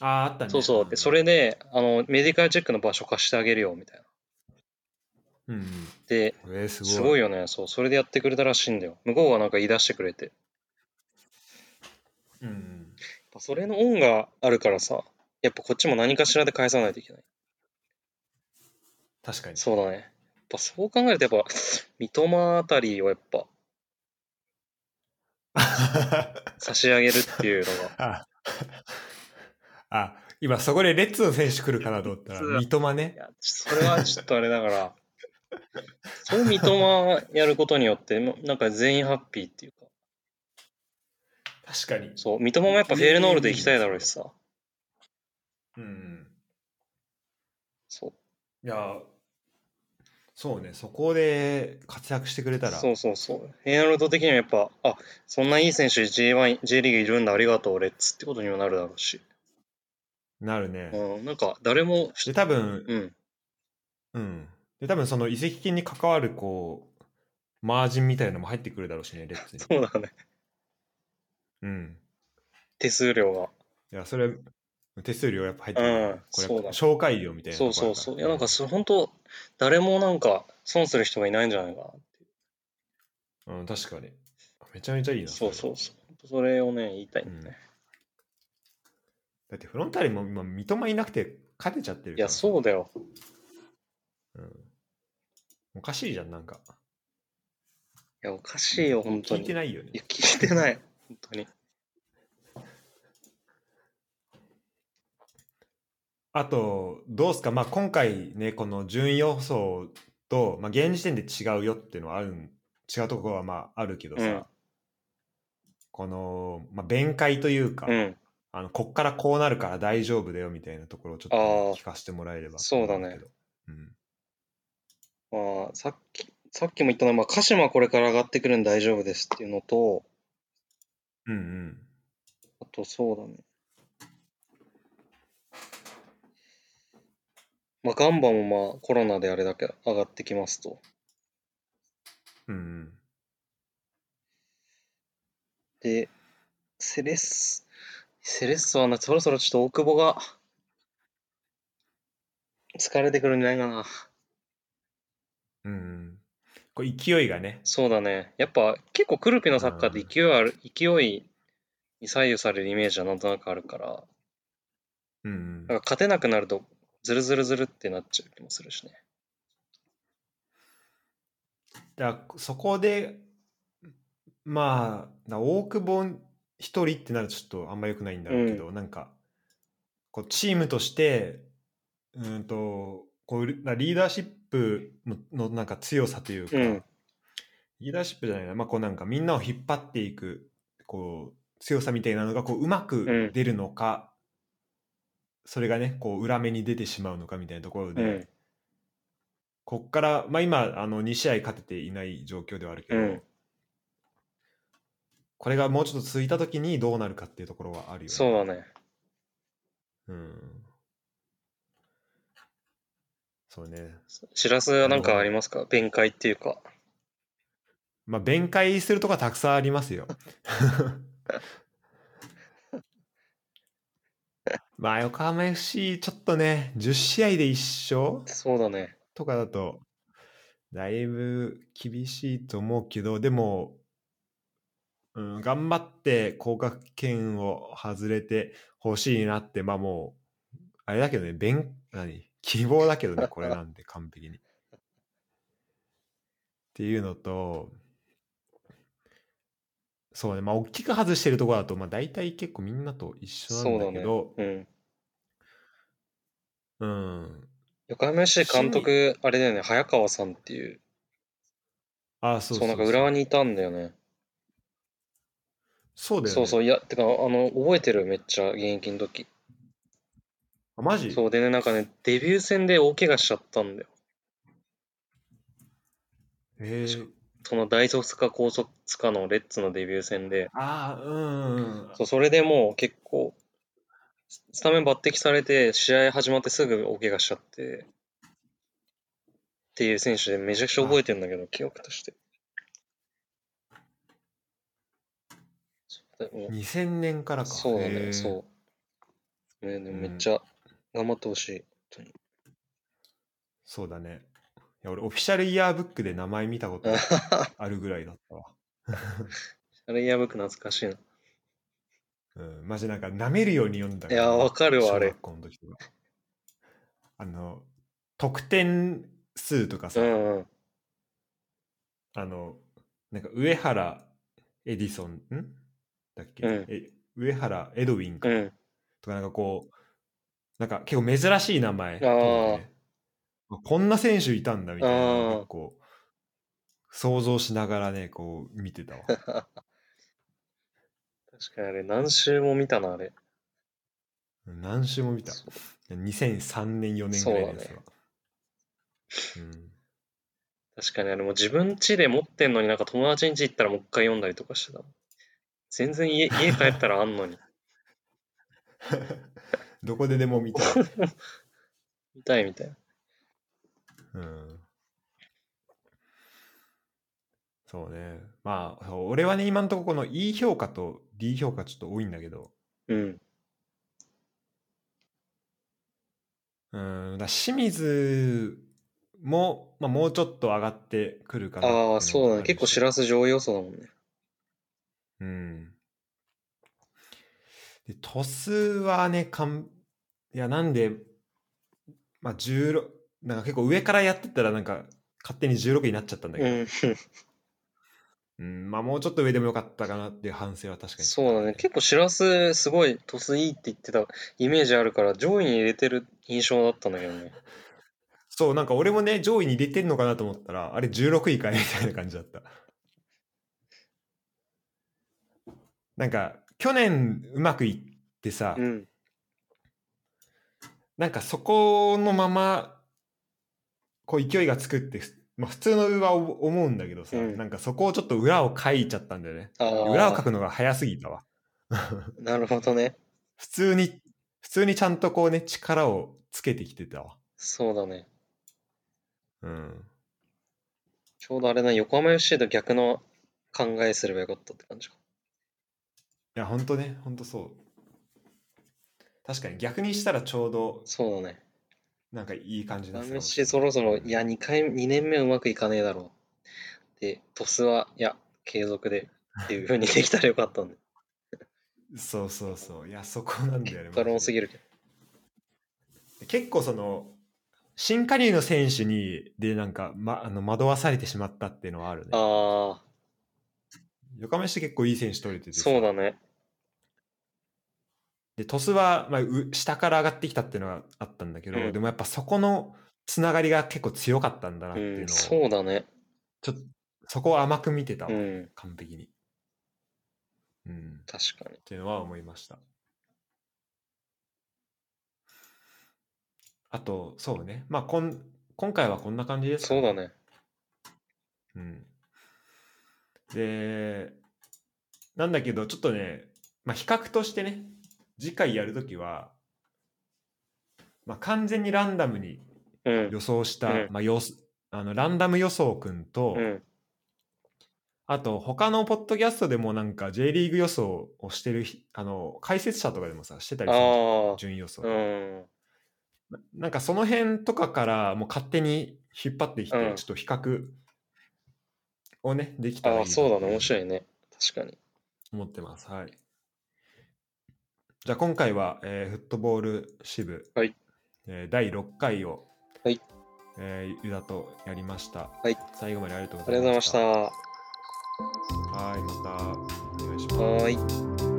Speaker 2: ああったね
Speaker 1: そうそう。で、それ、で、あの、メディカルチェックの場所貸してあげるよ、みたいな。
Speaker 2: うんうん
Speaker 1: で、
Speaker 2: うんえーすごい
Speaker 1: すごいよね、そう、それでやってくれたらしいんだよ。向こうがなんか言い出してくれて。
Speaker 2: うんうん、
Speaker 1: やっぱそれの恩があるからさ、やっぱこっちも何かしらで返さないといけない。
Speaker 2: 確かに
Speaker 1: そうだね。やっぱそう考えると、やっぱ三笘あたりをやっぱ 差し上げるっていうのが。
Speaker 2: ああ今そこでレッツの選手来るかなと思ったら
Speaker 1: レッ
Speaker 2: 三笘
Speaker 1: い
Speaker 2: ね
Speaker 1: や、それはちょっとあれだから、そう三笘やることによって、ななんか全員ハッピーっていうか、
Speaker 2: 確かに
Speaker 1: そう、三笘もやっぱフェルノールで行きたいだろうしさ、
Speaker 2: うんうん
Speaker 1: そう、
Speaker 2: いやそうねそこで活躍してくれたら
Speaker 1: そうそうそう、フェルノルド的にはやっぱ、あそんないい選手 J1、J リーグいるんだ、ありがとう、レッツってことにもなるだろうし、
Speaker 2: なるね、
Speaker 1: うん、なんか誰も、
Speaker 2: で多分
Speaker 1: うん、
Speaker 2: うん。で、多分その移籍金に関わる、こう、マージンみたいなのも入ってくるだろうしね、レッツに。
Speaker 1: そうだね、
Speaker 2: うん。
Speaker 1: 手数料が。
Speaker 2: いや、それ、手数料やっぱ入ってくるから。
Speaker 1: うん
Speaker 2: これ
Speaker 1: そうだ
Speaker 2: 紹介料みたいな
Speaker 1: そ
Speaker 2: と
Speaker 1: う
Speaker 2: ころ
Speaker 1: そうそ
Speaker 2: あるから。
Speaker 1: う。いや、なんかそ、本当誰もなんか、損する人がいないんじゃないかな。
Speaker 2: うん、確かに。めちゃめちゃいいな。
Speaker 1: そうそうそう。当それをね、言いたいんだよね。
Speaker 2: だってフロンターレも今、三笘いなくて勝てちゃってる
Speaker 1: いや、そうだよ。
Speaker 2: う、うん。おかしいじゃん、なんか。
Speaker 1: いや、おかしいよ、本当
Speaker 2: 聞い
Speaker 1: に。
Speaker 2: て
Speaker 1: い
Speaker 2: ないよね
Speaker 1: や、。聞いてない。本当に。
Speaker 2: あと、どうすか、まあ、今回ね、この順位予想と、まあ、現時点で違うよっていうのはあるん、違うところはまああるけどさ、
Speaker 1: うん
Speaker 2: この、まあ、弁解というか、
Speaker 1: うん。
Speaker 2: あの、こっからこうなるから大丈夫だよみたいなところをちょっと
Speaker 1: あー
Speaker 2: 聞かせてもらえれば。
Speaker 1: そうだね
Speaker 2: けど。うん。
Speaker 1: まあ、さっき、さっきも言ったのは、まあ、鹿島これから上がってくるんで大丈夫ですっていうのと、
Speaker 2: うんうん。
Speaker 1: あと、そうだね。まあ、ガンバもまあ、コロナであれだけ上がってきますと。
Speaker 2: うんうん。
Speaker 1: で、セレッソ、セレッソはな、そろそろちょっと大久保が、疲れてくるんじゃないかな。
Speaker 2: うんうん。こう勢いがね、
Speaker 1: そうだね。やっぱ結構クルピのサッカーって勢いある、勢いに左右されるイメージはなんとなくあるから、
Speaker 2: うんうん
Speaker 1: なんか勝てなくなるとズルズルズルってなっちゃう気もするしね。
Speaker 2: だからそこでまあだ大久保一人ってなるとちょっとあんま良くないんだろうけど、なんかこうチームとしてうーんとこうだリーダーシップののなんか強さというか、
Speaker 1: うん
Speaker 2: リーダーシップじゃないな,、まあ、こうなんかみんなを引っ張っていくこう強さみたいなのがこううまく出るのか、それがねこう裏目に出てしまうのかみたいなところで。
Speaker 1: うん。
Speaker 2: こっから、まあ、今あの2試合勝てていない状況ではあるけど、
Speaker 1: うん
Speaker 2: これがもうちょっと続いた時にどうなるかっていうところはあるよね。
Speaker 1: そうだね。
Speaker 2: うん、そうね。
Speaker 1: 知らせはなんかありますか弁解っていうか。
Speaker 2: まあ弁解するとかたくさんありま すよ。まあ横浜 FC ちょっとね10試合で1勝
Speaker 1: そうだね。
Speaker 2: とかだと、だいぶ厳しいと思うけど、でも、うん、頑張って降格圏を外れてほしいなって、まあもう、あれだけどね、弁、何希望だけどね、これな んて完璧に。っていうのと、そうね、まあ大きく外してるところだと、まあ大体結構みんなと一緒なんだけど、
Speaker 1: うん。
Speaker 2: うん。
Speaker 1: 横浜 FC 監督、あれだよね、早川さんっていう、
Speaker 2: あ、そう
Speaker 1: そ
Speaker 2: そうう
Speaker 1: な
Speaker 2: そ
Speaker 1: ん
Speaker 2: う。
Speaker 1: か浦和にいたんだよね。
Speaker 2: そうだよね。
Speaker 1: そうそう、いや、てか、あの、覚えてる、めっちゃ、現役の時。
Speaker 2: あマジ
Speaker 1: そうでね、なんかね、デビュー戦で大怪我しちゃったんだよ。
Speaker 2: へえ
Speaker 1: その大卒か高卒かのレッツのデビュー戦で、
Speaker 2: ああ、うんうん。
Speaker 1: そうそれでもう結構、ススタメン抜擢されて、試合始まってすぐ大怪我しちゃって、っていう選手でめちゃくちゃ覚えてるんだけど、記憶として。そうでも
Speaker 2: 2000年からか。
Speaker 1: そうだ
Speaker 2: へ
Speaker 1: ね、
Speaker 2: ー
Speaker 1: そう。ね、でもめっ
Speaker 2: うん
Speaker 1: ちゃ頑張ってほしい。
Speaker 2: そうだね。いや、俺、オフィシャルイヤーブックで名前見たこと あるぐらいだったわ。
Speaker 1: あれ、やばく懐かしいな。
Speaker 2: うん、マジなんか、舐めるように読んだから
Speaker 1: いやわかるわあれ
Speaker 2: 小学校の時とか。あの、得点数とか
Speaker 1: う
Speaker 2: さ、
Speaker 1: んうん。
Speaker 2: あの、なんか、上原エディソン、んだっけ、
Speaker 1: うん
Speaker 2: え上原エドウィンか。
Speaker 1: うん。
Speaker 2: とかなんかこうなんか結構珍しい名前
Speaker 1: ー
Speaker 2: とかねあこんな選手いたんだみたいなの
Speaker 1: あ
Speaker 2: を
Speaker 1: ー
Speaker 2: 結構想像しながらねこう見 てたわ
Speaker 1: 確かにあれ、何周も見たな、あれ。
Speaker 2: 何週も見た
Speaker 1: そう
Speaker 2: 2003年4年ぐらいのやつはうん
Speaker 1: 確かにあれもう自分家で持ってんのになんか友達ん家行ったらもう一回読んだりとかしてたもん。全然家家帰ったらあんのに。
Speaker 2: どこででも見 たい、
Speaker 1: 見たいみたいな。
Speaker 2: うん、そうねまあそう俺はね今のところこの E 評価と D 評価ちょっと多いんだけど
Speaker 1: うん。
Speaker 2: うん、だから清水も、まあ、もうちょっと上がってくるかなっていの
Speaker 1: あ
Speaker 2: が
Speaker 1: あ、そうだね。
Speaker 2: るし
Speaker 1: 結構しらす上位要素だもんね。
Speaker 2: うん。で、トスはね、かん、いや、なんで、まあ、16、なんか結構上からやってったら、なんか、勝手に16になっちゃったんだけ
Speaker 1: う
Speaker 2: ど、
Speaker 1: ん、
Speaker 2: うん、まあ、もうちょっと上でもよかったかなっていう反省は確かに。
Speaker 1: そうだね。結構シラスすごいトスいいって言ってたイメージあるから上位に入れてる印象だったんだけどね。
Speaker 2: そう、なんか俺もね、上位に入れてんのかなと思ったら、あれ16位かいみたいな感じだった。なんか、去年うまくいってさ、
Speaker 1: うん。
Speaker 2: なんかそこのまま、こう勢いがつくって、ふまあ普通の上は思うんだけどさ、
Speaker 1: うん
Speaker 2: なんかそこをちょっと裏を書いちゃったんだよね。
Speaker 1: ああ、
Speaker 2: 裏を書くのが早すぎたわ。
Speaker 1: なるほどね。
Speaker 2: 普通に、普通にちゃんとこうね、力をつけてきてたわ。
Speaker 1: そうだね。
Speaker 2: うん。
Speaker 1: ちょうどあれな、横浜 FC と逆の考えすればよかったって感じか。
Speaker 2: いや、ほんとね、ほんとそう。確かに逆にしたらちょうど、
Speaker 1: そうだね。
Speaker 2: なんかいい感じだ
Speaker 1: 横浜 FC そろそろ、いや、2回、二年目はうまくいかねえだろう。で、トスは、いや、継続でっていう風にできたらよかったんで。
Speaker 2: そうそうそう。い や、そこなんだよね。
Speaker 1: だろう
Speaker 2: マジ
Speaker 1: すぎるけど。
Speaker 2: で結構その、新加入の選手に、で、なんか、ま、あの惑わされてしまったっていうのはあるね。
Speaker 1: ああ、
Speaker 2: 横浜市結構いい選手取れててさ
Speaker 1: そうだね。
Speaker 2: で、トスは、まあ、う下から上がってきたっていうのがあったんだけど、
Speaker 1: うん
Speaker 2: でもやっぱそこのつながりが結構強かったんだなっていう
Speaker 1: う
Speaker 2: の
Speaker 1: ん、
Speaker 2: を、
Speaker 1: そうだね。
Speaker 2: ちょっとそこを甘く見てたわ、
Speaker 1: うん、
Speaker 2: 完璧に。うん。
Speaker 1: 確かに。
Speaker 2: っていうのは思いました。あと、そうね。まあ、こん今回はこんな感じですか
Speaker 1: そうだ。ね。
Speaker 2: うん。で、なんだけど、ちょっとね、まあ、比較としてね、次回やるときは、まあ、完全にランダムに
Speaker 1: うん、
Speaker 2: 予想した、
Speaker 1: うん
Speaker 2: まあ、予想あのランダム予想くんと、
Speaker 1: うん、
Speaker 2: あと、他のポッドキャストでもなんか J リーグ予想をしてるひ、あの、解説者とかでもさ、してたり
Speaker 1: あ
Speaker 2: するじゃん
Speaker 1: あ、
Speaker 2: 順位予想、
Speaker 1: うん、
Speaker 2: ななんかその辺とかからもう勝手に引っ張ってきて、
Speaker 1: うん
Speaker 2: ちょっと比較をねできたら
Speaker 1: あ
Speaker 2: いい
Speaker 1: あ、そうだね。面
Speaker 2: い
Speaker 1: 白いね。確かに。
Speaker 2: 思ってますはいじゃあ今回は、えーフットボール支部、
Speaker 1: はい
Speaker 2: えー第6回を、
Speaker 1: はい
Speaker 2: えー、ユダとやりました、
Speaker 1: はい
Speaker 2: 最後までありがとう
Speaker 1: あ
Speaker 2: ご
Speaker 1: り
Speaker 2: ざ
Speaker 1: がとう
Speaker 2: い
Speaker 1: ござい
Speaker 2: ま
Speaker 1: ま
Speaker 2: し
Speaker 1: したた。は
Speaker 2: はいまたお願いします
Speaker 1: ーい。